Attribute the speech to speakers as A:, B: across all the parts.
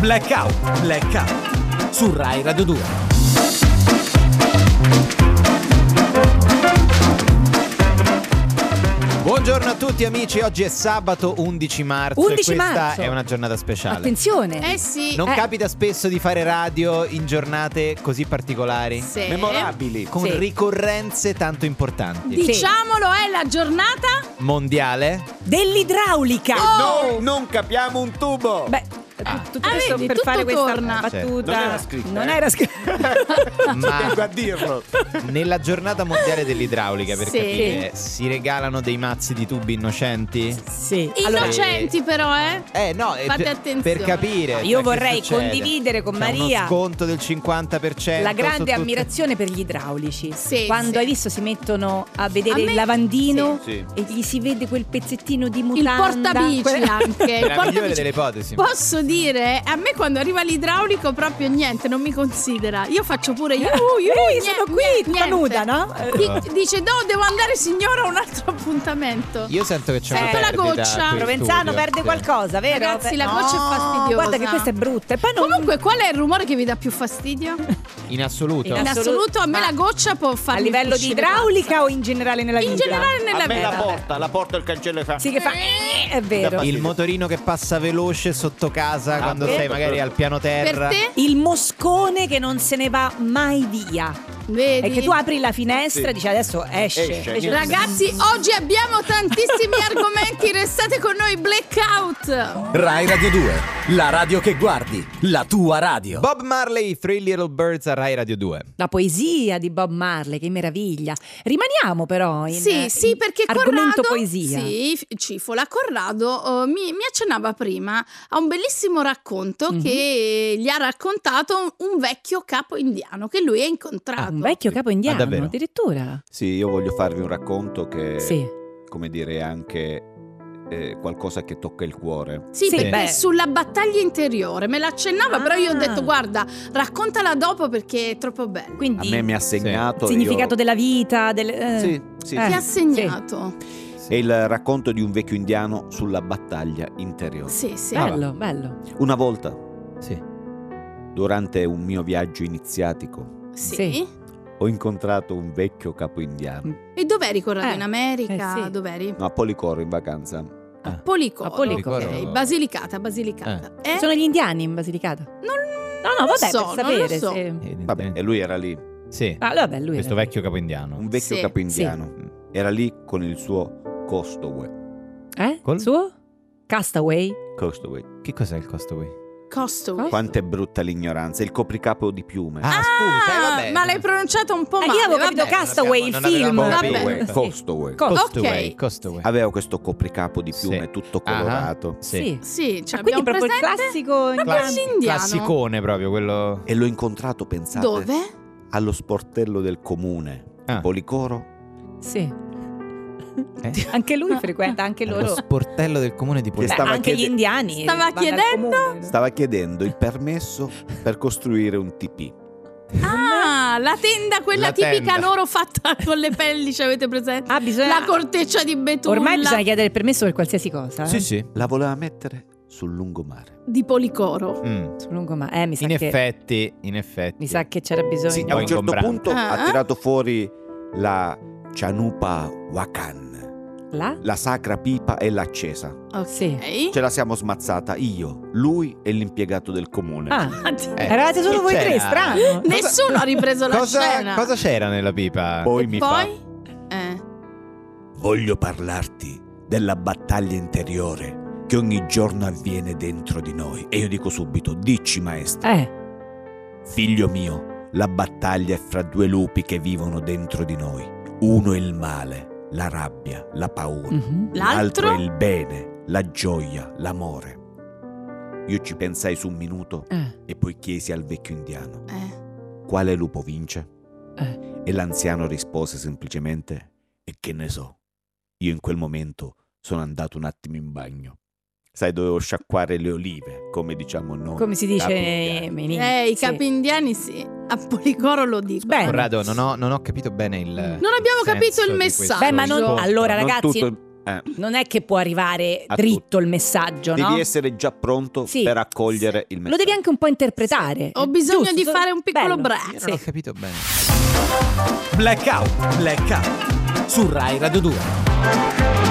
A: Blackout, Blackout su Rai Radio 2.
B: Buongiorno a tutti amici, oggi è sabato 11 marzo
C: 11
B: e questa
C: marzo.
B: è una giornata speciale.
C: Attenzione!
D: Eh sì.
B: Non
C: Eh.
B: capita spesso di fare radio in giornate così particolari,
D: Sì.
C: Eh,
B: memorabili, con
C: Sì.
B: ricorrenze tanto importanti.
C: Di-
D: Diciamolo, è la giornata.
B: Mondiale?
C: Dell'idraulica!
E: Noi non capiamo un tubo.
C: Beh, tu- tutto
D: Oh! Ah,
C: questo
D: vedi,
C: per
D: tutto
C: fare questa
D: torna.
C: battuta.
E: Non era scritta,
C: Non
E: eh.
C: era scritto.
E: Vengo a
B: Ma
E: dirlo.
B: nella giornata mondiale dell'idraulica, per
D: Sì.
B: capire, si regalano dei mazzi di tubi innocenti?
C: sì. Allora,
D: Innocenti, però, eh.
B: Eh no, eh,
D: Fate
B: per-
D: attenzione.
B: per capire.
C: No, io
B: cioè, che
C: vorrei
B: succede?
C: condividere con
B: C'è
C: Maria
B: uno sconto del 50%.
C: la
B: su
C: grande
B: tutte-
C: ammirazione per gli idraulici.
D: Sì,
C: Quando
D: sì.
C: hai visto si mettono a vedere
D: A me-
C: il lavandino
E: sì.
C: e gli si vede quel pezzettino di
D: Il
C: mutanda. Eh.
D: portabici
C: Que-
D: anche. il
B: È la migliore
D: portabici.
B: delle ipotesi.
D: Posso dire, a me quando arriva l'idraulico proprio niente, non mi considera. Io faccio pure io, io,
C: Ehi, Eh, sono qui, tutta nuda, no?
D: dice, no, devo andare signora a un altro appuntamento.
B: Io sento che c'è
D: Eh,
B: una
D: sotto la
B: perdita cioè,
D: goccia.
B: qui in
C: Provenzano
B: studio.
C: perde
B: Sì.
C: qualcosa, vero?
D: Ragazzi, la
C: No,
D: voce è fastidiosa.
C: Guarda che questa è brutta. E poi non...
D: Comunque, qual è il rumore che vi dà più fastidio?
B: In assoluto.
D: In assoluto, a me
C: ma-
D: la goccia può farmi
C: a livello di
D: uscire
C: idraulica o in generale nella
D: In
C: vita?
D: generale nella
E: A me la
D: vita.
E: porta, la porta il cancello e fa.
C: Sì, che fa.
D: Eh.
C: È vero.
B: Il motorino che passa veloce sotto casa
C: Ah,
B: quando
C: eh.
E: bello.
B: sei magari al piano
D: Per
B: terra.
D: te?
C: Il moscone che non se ne va mai via.
D: Vedi?
C: È che tu apri la finestra e
E: Sì.
C: dici adesso esce.
E: Esce,
C: Invece-
E: niente.
D: Ragazzi, oggi abbiamo tantissimi argomenti, restate con noi Blackout.
F: Rai Radio 2, la radio che guardi, la tua radio.
B: Bob Marley, Three Little Birds a Rai Radio 2.
C: La poesia di Bob Marley, che meraviglia. Rimaniamo però in
D: sì, sì,
C: in
D: perché
C: argomento
D: Corrado
C: poesia.
D: Sì, f- Cifola Corrado eh, mi, mi accennava prima a un bellissimo racconto
C: Mhm.
D: che gli ha raccontato un, un vecchio capo indiano che lui ha
C: Ah,
D: incontrato.
C: un vecchio capo indiano,
B: davvero?
C: addirittura.
E: Sì, io voglio farvi un racconto che,
C: Sì.
E: come dire, è anche eh, qualcosa che tocca il cuore.
D: Sì,
C: Sì.
D: perché
C: Beh.
D: sulla battaglia interiore me l'accennava, però io ho
C: Ah.
D: detto guarda, raccontala dopo perché è troppo bella.
E: A
C: Quindi
E: me mi ha
B: Sì.
E: segnato.
C: il significato
E: io-
C: della vita, del, eh,
E: Sì, sì,
C: Eh.
D: Ti
E: sì.
D: ha segnato.
E: È il racconto di un vecchio indiano sulla battaglia interiore.
D: Sì, sì.
C: bello, bello.
E: Una volta,
B: Sì.
E: durante un mio viaggio iniziatico,
D: Sì.
C: Sì.
E: ho incontrato un vecchio capo
C: Mm.
E: indiano.
D: E dov'eri Corrado?
C: Eh,
D: In America?
C: eh sì.
D: Dov'eri?
E: No, a Policoro in vacanza.
D: A Policoro.
C: A Policoro.
D: ok. Basilicata, Basilicata. Eh.
C: Sono gli indiani in Basilicata?
D: Non-
C: No, no, vabbè,
D: so,
C: per
D: non lo
C: sapere.
D: so.
C: se-
E: Vabbè, e lui era lì,
B: Sì.
C: Ah, vabbè, lui
B: Questo
C: era-
B: vecchio capo indiano.
E: un vecchio
D: Sì.
E: capo indiano. Era lì con il suo Costaway.
C: Eh?
B: Col-
C: Suo? Castaway?
D: Oh,
E: Costaway.
B: Che cos'è il costo qui?
D: Costaway.
C: Cosa?
E: Quanto è brutta l'ignoranza, il copricapo di piume.
B: Ah, scusa, eh,
D: Ah,
B: vabbè.
D: ma l'hai pronunciato un po'
C: Eh,
D: male.
C: io avevo
D: vabbè.
C: capito Castaway, il
B: non avevamo-
C: film.
B: non
D: avevamo
C: Vabbè.
E: Costaway,
B: capito.
E: Costaway.
C: Co-
B: Costaway,
D: Ok.
B: costaway.
E: Aveva questo copricapo di piume
B: Sì.
E: tutto
B: Ah,
E: colorato
B: Sì.
C: Sì.
D: Sì, ce
C: Ah, quindi
D: l'abbiamo
C: proprio il
D: presente.
C: classico
D: Proprio
C: indiano.
B: Classi-
D: l'indiano.
B: Classicone proprio quello.
E: e l'ho incontrato, pensate,
D: Dove?
E: allo sportello del comune.
B: Ah.
E: Policoro,
C: Sì.
B: Eh?
C: Anche lui frequenta, anche
B: Lo
C: loro.
B: sportello del comune di
C: Beh,
B: Policoro.
E: stava
C: anche gli
E: chiede-
C: indiani.
D: Stava
C: vanno al
D: chiedendo?
C: comune.
E: stava chiedendo il permesso per costruire un tipi.
D: Ah, la tenda, quella
B: La
D: tipica
B: tenda.
D: loro fatta con le pelli, ci avete presente?
C: Ah, bisogna...
D: La corteccia di betulla.
C: Ormai bisogna chiedere il permesso per qualsiasi cosa. eh?
B: Sì, sì.
E: La voleva mettere sul lungomare.
D: Di policoro.
B: Mm.
C: Sul lungomare. Eh, mi sa
B: In
C: che...
B: effetti, in effetti.
C: Mi sa che c'era bisogno.
E: Sì,
B: Un
E: a
B: po'
E: un certo
B: ingombrante.
E: punto
D: Ah.
E: ha tirato fuori la Chanupa Wakan,
C: Là?
E: la sacra pipa e l'accesa.
D: Ok.
C: Sì.
E: Ce la siamo smazzata io, lui e l'impiegato del comune.
C: Ah,
B: Eh,
C: eravate solo
B: chi
C: voi tre,
B: c'era?
C: strano.
D: Nessuno ha ripreso la
B: Cosa,
D: scena.
B: cosa c'era nella pipa?
E: Poi
D: E
E: mi
D: poi? Eh.
E: fa: Voglio parlarti della battaglia interiore che ogni giorno avviene dentro di noi. E io dico subito: Dici, maestro,
C: Eh,
E: figlio mio, la battaglia è fra due lupi che vivono dentro di noi. Uno è il male, la rabbia, la paura.
C: mhm.
D: L'altro?
E: L'altro è il bene, la gioia, l'amore. Io ci pensai su un minuto
C: Eh,
E: e poi chiesi al vecchio indiano
D: Eh.
E: quale lupo vince.
C: eh.
E: E l'anziano rispose semplicemente e che ne so. Io in quel momento sono andato un attimo in bagno. Sai, dovevo sciacquare le olive, come diciamo noi.
C: Come si dice
E: capi
C: eh,
E: indiani.
C: in-
D: Eh, i
C: sì.
D: capi indiani sì. A Policoro lo dico.
C: Beh,
B: Corrado, non ho, non ho capito bene il.
C: Non
D: abbiamo
B: senso
D: capito il
B: di
D: messaggio.
B: questo
C: Beh, Eh, ma non-
B: incontro.
C: allora,
E: Non
C: ragazzi,
E: tutto- Eh.
C: Non è che può arrivare
E: A
C: dritto il messaggio,
E: Devi
C: no?
E: essere già pronto
C: Sì.
E: per accogliere il messaggio.
C: Lo devi anche un po' interpretare.
D: Ho bisogno
C: Giusto,
D: di
C: so-
D: fare un piccolo
C: bello.
D: break.
G: Io non ho capito bene.
B: Blackout, blackout su Rai Radio 2.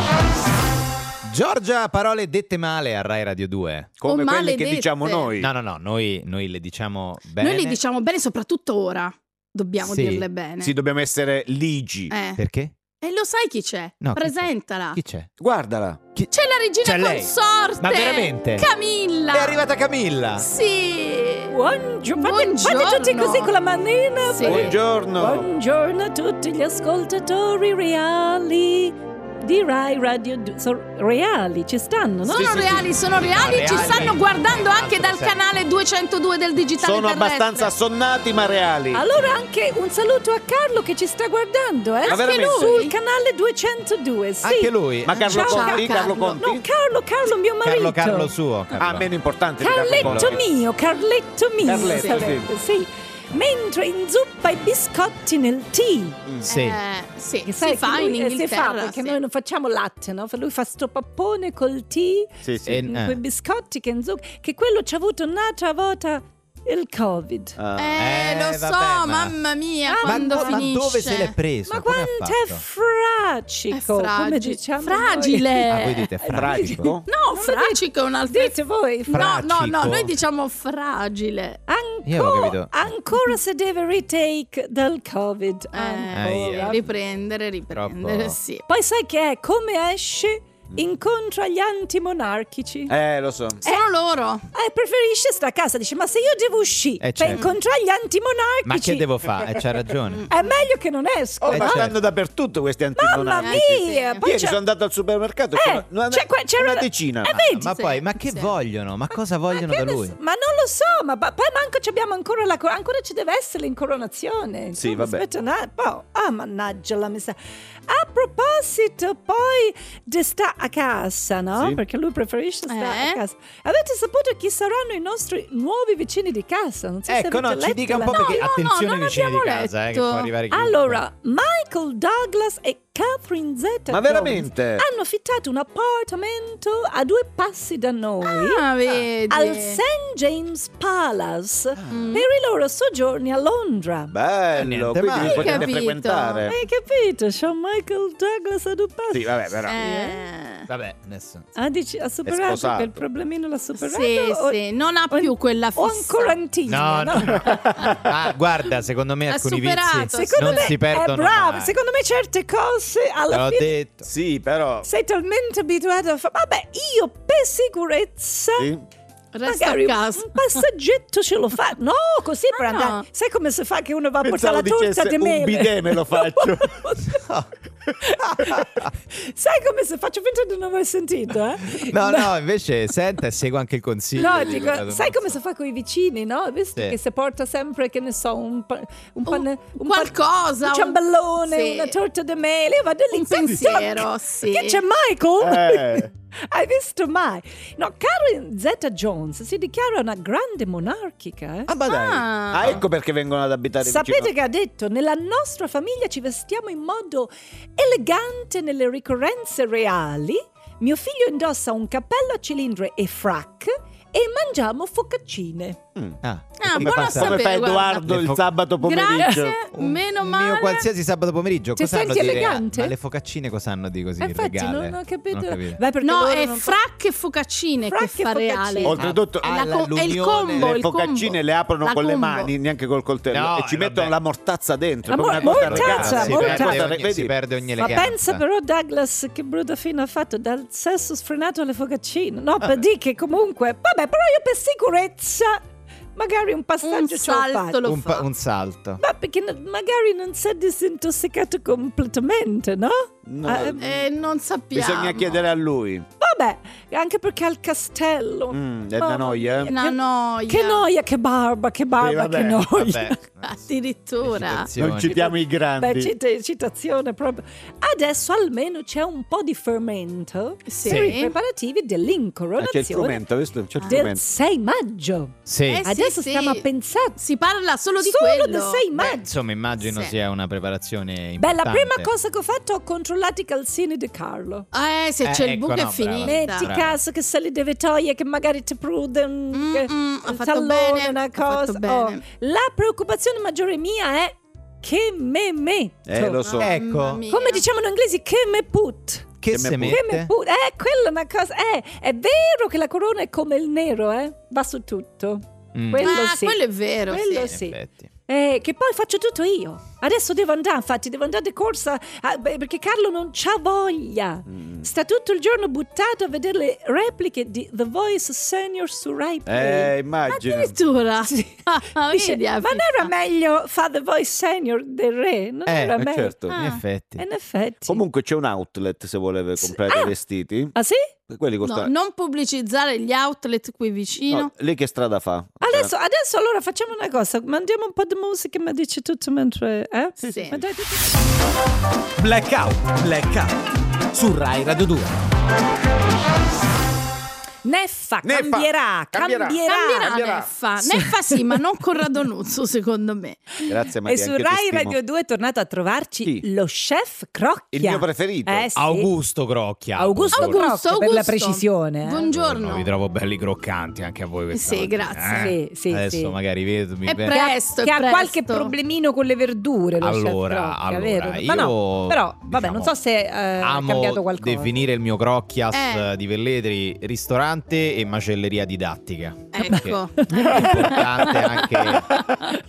G: Giorgia, parole dette male a Rai Radio 2.
E: Come
D: Oh,
E: quelle che
D: maledette.
E: diciamo noi.
G: No, no, no, noi, noi le diciamo bene.
D: Noi le diciamo bene, soprattutto ora. Dobbiamo
G: Sì.
D: dirle bene.
E: Sì, dobbiamo essere ligi.
D: Eh.
G: Perché?
D: E lo sai chi c'è?
G: No, chi c'è?
D: Presentala.
G: Chi c'è?
E: Guardala.
D: C'è la regina
G: C'è lei.
D: consorte.
G: Ma veramente?
D: Camilla.
G: È arrivata Camilla.
D: Sì.
C: Buongiorno. Fate,
D: Buongiorno.
C: fate tutti così con la manina.
D: Sì.
E: Buongiorno.
C: Buongiorno a tutti gli ascoltatori reali di Rai Radio 2. reali, ci stanno, no?
D: Sono reali, sono reali,
G: No,
D: ci
G: reali.
D: stanno guardando anche dal
G: Sì.
D: canale 202 del digitale
E: Sono
D: terrestre.
E: abbastanza assonnati ma reali.
C: Allora anche un saluto a Carlo che ci sta guardando, eh?
E: Ma veramente?
C: Sul canale 202, sì.
G: Anche lui.
E: Ma Carlo
C: Ciao,
E: Conti,
D: Carlo.
E: Carlo Conti.
C: No, Carlo, Carlo, mio
G: Carlo
C: marito.
G: Carlo suo. Carlo.
E: Ah, meno importante di Carlo
C: Carletto
E: Conti.
C: mio, Carletto mio.
E: Carletto,
C: sarebbe, sì. Mentre inzuppa i biscotti nel tè.
G: Sì.
D: Eh, sì,
C: Che
D: si
C: sai
D: fa
C: che
D: in
C: lui, eh, si fa
D: Inghilterra.
C: perché
D: sì.
C: noi non facciamo latte, no? Lui fa sto pappone col tè,
E: Sì, sì.
G: Eh,
C: con quei biscotti che inzuppa. Che quello ci ha avuto un'altra volta il Covid.
E: Ah.
D: Eh,
G: Eh,
D: lo so,
G: vabbè, ma-
D: mamma mia,
C: Ah,
D: quando
G: ma, ma
D: finisce.
G: dove se l'è preso?
C: Ma
G: Come ha
C: quanto è
G: fatto?
D: È
C: fracico, come
D: fragi-
C: diciamo noi.
D: fragile.
G: Ah, voi
C: Eh,
G: dite fragico?
D: No,
C: Non lo
D: fragico è un altro.
C: Dite voi, fra-
D: No, no, no,
G: fragico.
D: noi diciamo fragile.
G: Io avevo
C: Ancora,
G: capito.
C: ancora se deve retake dal Covid.
D: Eh,
C: ancora.
G: ahia.
D: riprendere, riprendere,
G: Troppo.
D: sì.
C: Poi sai che è come esce,
G: Mm.
C: incontra gli antimonarchici. Eh.
E: Eh, lo so.
D: Sono loro.
C: preferisce sta a casa, dice ma se io devo uscire
G: Eh,
C: per
G: certo.
C: incontrare gli antimonarchici
G: Ma che devo fare? Eh, C'ha ragione.
C: è meglio che non esco.
E: Oh,
G: Eh,
E: ma
G: certo.
E: stanno dappertutto questi
C: Mamma
E: antimonarchici.
C: mia!
D: Sì.
C: Poi
E: Ieri
C: c'è-
E: sono andato al supermercato e
C: Eh,
E: c'era una,
C: c'è que- c'era
E: una
C: la-
E: decina.
C: Eh, vedi?
G: Ma
D: Sì,
G: poi, ma che
D: sì.
G: vogliono? Ma cosa vogliono
C: che
G: da
C: ne
G: lui?
C: so- ma non lo so, ma ba- poi manco ci abbiamo ancora la cor- ancora ci deve essere l'incoronazione.
E: Sì,
C: Insomma,
E: vabbè.
C: Aspetta un attimo. Ah, mannaggia la messa. A proposito, poi di sta a casa, no?
E: Sì.
C: Perché lui preferisce stare
D: Eh?
C: a casa. Avete saputo chi saranno i nostri nuovi vicini di casa? Non so se
G: Ecco,
C: avete
G: no, ci
C: letto
G: dica un
C: la
G: po'
C: notizia.
G: perché
D: no,
G: attenzione
D: non
G: vicini di
D: abbiamo
G: casa, eh, che
D: letto.
G: può arrivare chiunque.
C: Allora, Michael Douglas e Catherine Zeta
E: Ma veramente?
C: hanno affittato un appartamento a due passi da noi
D: Ah, vedi.
C: al St. James Palace
G: Ah.
D: Mm.
C: per i loro soggiorni a Londra.
E: Bello,
G: Niente
E: quindi
G: male.
E: vi potete
D: Capito.
E: frequentare.
C: Hai capito? C'è Michael Douglas a due passi.
E: Sì, vabbè, però.
D: Eh,
G: Vabbè, adesso.
C: Ah, dici, ha
E: È
C: superato
E: sposato.
C: quel problemino l'ha superato?
D: Sì,
C: o,
D: sì, non ha
C: o-
D: più quella
C: O
D: fissa.
C: ancora antigua?
G: No, no. ah, guarda, secondo me
D: Ha
G: alcuni
D: superato,
G: vizi
C: Secondo
G: non
C: me
G: si perdono.
C: è bravo,
G: mai.
C: secondo me certe cose
G: Te
C: alla
G: l'ho
C: fine
G: detto.
E: Sì, però.
C: sei talmente abituato a fare. Vabbè, io per sicurezza.
E: Sì.
D: Resta
C: Magari
D: a casa. Ah,
C: un passaggetto ce lo fa. No, così per
D: no.
C: andare. Sai come si fa che uno va a
E: Pensavo
C: portare la torta
E: dicesse,
C: di mele?
E: un bidè me lo faccio.
C: Sai come se faccio finta di non aver sentito, eh?
G: No, no, invece senta e segua anche il consiglio.
C: No,
G: di
C: dico,
G: Corrado
C: sai come
G: Mazzotti.
C: si fa con i vicini, no? Visto
G: Sì.
C: che si porta sempre, che ne so, un, pa- un, pane- un pan-
D: qualcosa,
C: un
D: un-
C: ciambellone,
D: sì.
C: una torta di mele, io vado lì
D: Un
C: tac,
D: pensiero,
C: tac.
D: sì.
C: Che c'è Michael?
E: Eh.
C: Hai visto mai? No, Karen Zeta Jones si dichiara una grande monarchica, eh?
E: Ah, ma dai.
D: Ah.
E: Ah, ecco perché vengono ad abitare
C: Sapete
E: vicino.
C: che ha detto? Nella nostra famiglia ci vestiamo in modo elegante nelle ricorrenze reali. Mio figlio indossa un cappello a cilindro e frac e mangiamo focaccine.
G: Ah,
D: Ah,
G: come
D: buono
G: fa-
D: a sapere.
E: Come fa
D: guarda.
E: Edoardo
G: Le fo-
E: il sabato pomeriggio?
D: Grazie,
G: Un
D: meno
G: Oh, Mio
D: male.
G: qualsiasi sabato pomeriggio.
C: Ti
G: cosa hanno
C: senti
G: di rea-
C: elegante?
G: Ma le focaccine cosa hanno di così?
C: Eh, Infatti,
G: regale?
C: non ho capito.
G: Non ho capito.
C: Beh, perché
D: No,
C: loro
D: è
C: non fa-
D: fracche e focaccine
C: Fracche
D: che
C: e
D: fa reale.
C: focaccine.
E: Oltretutto,
G: Ah,
D: È la com- è il
G: l'alluvione,
D: combo,
E: le
D: il combo.
E: focaccine le aprono
D: La
E: con le
D: combo.
E: mani, neanche col coltello,
G: No,
E: e ci
G: eh,
E: mettono
G: vabbè.
E: la mortazza
C: La
E: dentro. proprio
C: mor-
E: una cosa
C: mortazza,
E: regale.
C: Cazza,
G: si,
C: molta-
G: perde
E: Cosa-
G: ogni,
E: vedi?
G: si perde ogni
C: Ma
G: eleganza.
C: pensa però Douglas che brutta fine ha fatto dal sesso sfrenato alle focaccine. No, per dire che comunque, vabbè, però io per sicurezza magari un
D: Un
C: passaggio ci ho
D: salto
C: fatto.
D: lo
G: un,
D: fa.
G: pa- un salto.
C: Ma perché no- magari non si è disintossicato completamente, no?
E: No,
C: Ah, eh,
D: Eh, non sappiamo.
E: Bisogna chiedere a lui.
C: Vabbè, anche perché al castello.
E: Mm, è
C: Mamma
E: una noia. eh?
C: mia.
D: Una
C: Che-
D: noia.
C: Che noia, che barba, che barba,
E: vabbè,
C: che noia.
G: Vabbè.
D: Addirittura.
E: Non
G: Citazioni.
E: citiamo i grandi. Eh,
C: Beh, cita- citazione proprio. Adesso almeno c'è un po' di fermento
D: Sì.
C: per i preparativi
E: Ah, c'è il
C: dell'incoronazione
E: frumento, questo certo c'è il
C: Ah, del
E: frumento.
C: 6 maggio.
G: Sì.
D: Eh, sì,
C: Adesso
D: sì.
C: stiamo a pensare
D: Si parla solo di
C: solo
D: quello.
C: del 6
G: Beh,
C: maggio.
G: insomma, immagino
D: Sì.
G: sia una preparazione
C: Beh,
G: importante.
C: la prima cosa che ho fatto ho controllati i calzini di Carlo.
D: Eh, se
G: Eh,
D: c'è il
G: ecco,
D: buco è
G: no, brava.
D: finita.
C: Metti
G: Brava.
C: caso che se li deve togliere, che magari ti prude un
D: Mm,
C: che-
D: mm, ha
C: un
D: fatto
C: tallone,
D: bene, ha
C: una
D: fatto
C: cosa. Oh,
D: bene.
C: La preoccupazione maggiore mia è che me metto.
E: Eh, lo so.
G: Eh, Ecco.
D: Mamma mia.
C: Come diciamo noi inglesi, che me put.
G: Che
E: Che
G: se
E: me
C: Che me
G: mette?
C: put. Eh, quella è una cosa. Eh, è vero che la corona è come il nero, eh. Va su tutto.
G: Mm,
C: quello
D: Ah,
C: sì.
D: quello è vero.
C: Quello
D: sì.
G: in
C: sì.
G: effetti.
C: Eh, che poi faccio tutto io. Adesso devo andare, infatti, devo andare di corsa ah, beh, perché Carlo non c'ha voglia.
E: Mm.
C: Sta tutto il giorno buttato a vedere le repliche di The Voice Senior su Rai Play.
E: Eh, immagino.
D: Addirittura. Ah,
C: Dice,
D: vedi,
C: ma non era meglio fare The Voice Senior del re? Non
G: Eh,
C: era
E: eh,
C: meglio.
E: certo.
D: Ah.
G: In effetti.
C: Eh, In effetti.
E: Comunque c'è un outlet se voleva
C: Sì.
E: comprare dei
C: Ah.
E: vestiti.
C: Ah sì?
E: Quelli
D: No,
E: costano.
D: non pubblicizzare gli outlet qui vicino.
E: No, lei che strada fa?
C: Adesso, adesso allora facciamo una cosa, mandiamo un po' di musica e mi dici tutto mentre... Eh?
D: Sì, sì.
C: Mentre-
B: Blackout, blackout su Rai Radio 2.
C: Neffa,
E: Neffa,
C: cambierà, cambierà.
E: cambierà.
D: Cambierà
E: Cambierà.
D: Neffa. Neffa sì, ma non Corrado Nuzzo, secondo me.
E: Grazie
C: E
E: Maria.
C: su
E: anche ti
C: Rai
E: stimo.
C: Radio 2 è tornato a trovarci
E: Chi?
C: lo chef Crocchia.
E: Il mio preferito.
C: Eh sì.
B: Augusto Grocchia.
C: Augusto,
B: Buongiorno.
D: Augusto,
C: Crocchia, per la
D: Augusto.
C: precisione. eh.
D: Buongiorno.
B: Vi trovo belli croccanti anche a voi questa
D: Sì,
B: mattina,
D: grazie.
B: eh?
C: Sì, sì,
B: Adesso
C: sì.
B: magari vedo mi
D: È
B: vedo-
C: Che ha-
D: Presto,
C: che ha
D: presto.
C: qualche problemino con le verdure. Lo
B: Allora,
C: chef Crocchia,
B: allora,
C: vero? Ma no,
B: io,
C: però, vabbè,
B: diciamo,
C: non so se eh, ha
B: Amo
C: cambiato qualcosa.
B: definire il mio crocchias
D: Eh.
B: eh, di Velletri ristorante e macelleria didattica.
D: Ecco.
B: Perché È importante anche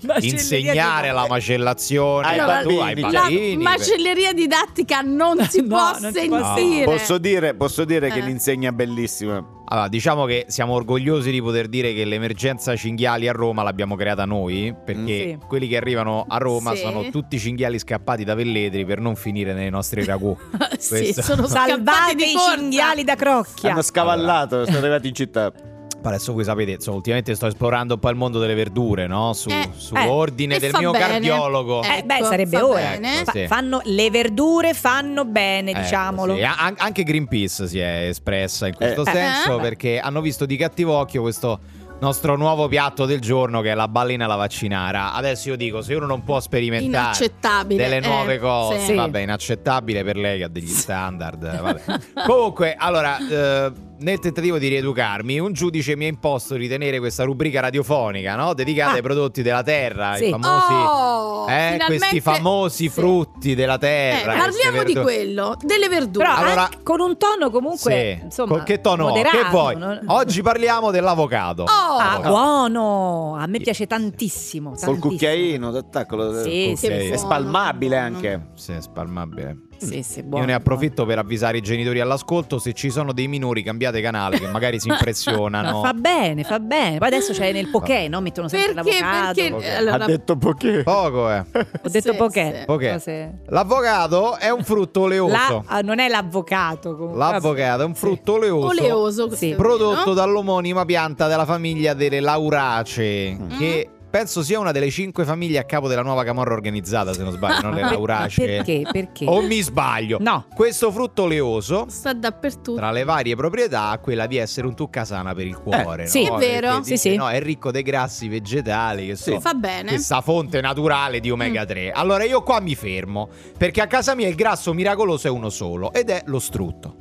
C: Macelleria
B: insegnare
C: di-
B: la macellazione
E: Ai
B: ma tu,
E: bambini,
B: ai
E: cioè.
D: diciamo. La
B: bambini.
D: macelleria didattica non si
C: No,
D: può
C: non si può
D: sentire.
E: Posso dire, posso dire che
D: Eh.
E: l'insegna è bellissima.
B: Allora, diciamo che siamo orgogliosi di poter dire che l'emergenza cinghiali a Roma l'abbiamo creata noi, perché
C: Sì.
B: quelli che arrivano a Roma
D: Sì.
B: sono tutti cinghiali scappati da Velletri per non finire nei nostri ragù.
D: sì,
B: Questo-
D: sono scappati
C: Salvate
D: di
C: i
D: corsa.
C: cinghiali da crocchia.
E: Hanno scavallato, sono arrivati in città.
B: Poi adesso voi sapete, insomma, ultimamente sto esplorando un po' il mondo delle verdure, no? Su,
D: Eh,
B: sull'ordine
D: eh,
B: del
D: fa
B: mio
D: bene.
B: cardiologo.
C: Eh,
D: Ecco,
C: beh, sarebbe
D: fa
C: ora.
D: bene.
B: Ecco, sì.
C: Eh, fanno, le verdure fanno bene,
B: Ecco,
C: diciamolo.
B: sì. A- an- anche Greenpeace si è espressa in questo
E: Eh.
B: senso
D: Eh.
B: perché hanno visto di cattivo occhio questo nostro nuovo piatto del giorno che è la ballina alla vaccinara. Adesso io dico, se uno non può sperimentare
D: Inaccettabile.
B: delle nuove
D: eh,
B: cose,
D: sì.
B: vabbè, inaccettabile per lei che ha degli standard. eh, vabbè. Comunque, allora, eh, nel tentativo di rieducarmi, un giudice mi ha imposto di tenere questa rubrica radiofonica, no? Dedicata
C: Ah.
B: ai prodotti della terra,
C: Sì.
B: i famosi...
D: Oh,
B: eh,
D: finalmente-
B: questi famosi
D: sì.
B: frutti della
D: Eh,
B: terra. queste
D: parliamo di
B: verdure.
D: quello, delle verdure.
C: Però
B: Allora-
C: anche con un tono comunque
B: Sì.
C: insomma,
B: Con che tono ho?
C: moderato,
B: Che vuoi?
C: non-
B: Oggi parliamo dell'avocado.
D: Oh,
C: Ah,
B: Oh.
C: buono! A me piace tantissimo.
E: Col
C: tantissimo.
E: cucchiaino, d'attacco.
C: Sì,
B: eh, Col
C: sì,
B: cucchiaio.
E: È
D: buono,
E: spalmabile
D: buono.
E: anche.
B: Sì, è spalmabile.
C: sì, sì, buono,
B: Io ne approfitto per avvisare i genitori all'ascolto se ci sono dei minori cambiate canale che magari si
C: buono.
B: impressionano.
C: Fa bene, fa bene. Poi adesso c'è nel poké, no? Mettono sempre
D: Perché?
C: l'avocado.
D: Perché?
B: Avocado.
D: Allora,
E: detto poche.
B: Poco eh.
C: Ho detto
D: Sì,
C: poké.
D: sì.
B: Poké.
C: Cose-
B: L'avocado è un frutto
C: La-
B: oleoso.
C: ah, non è l'avvocato comunque.
B: L'avocado è un frutto oleoso.
D: oleoso questo
C: Sì.
D: è vero.
B: Prodotto dall'omonima pianta della famiglia delle lauracee,
C: Mm-hmm.
B: che penso sia una delle cinque famiglie a capo della nuova camorra organizzata, se non sbaglio, non le
C: Ah, Ma per-
B: lauracee.
C: Perché? Perché?
B: O mi sbaglio?
C: No.
B: Questo frutto oleoso
D: sta dappertutto.
B: tra le varie proprietà ha quella di essere un tuccasana per il cuore.
C: Eh, sì.
B: no?
D: È vero.
B: Perché
C: Sì,
B: dice,
C: sì.
B: No, è ricco dei grassi vegetali, che so,
D: Fa bene.
B: questa fonte naturale di omega
C: Mm.
B: 3. Allora io qua mi fermo, perché a casa mia il grasso miracoloso è uno solo, ed è lo strutto.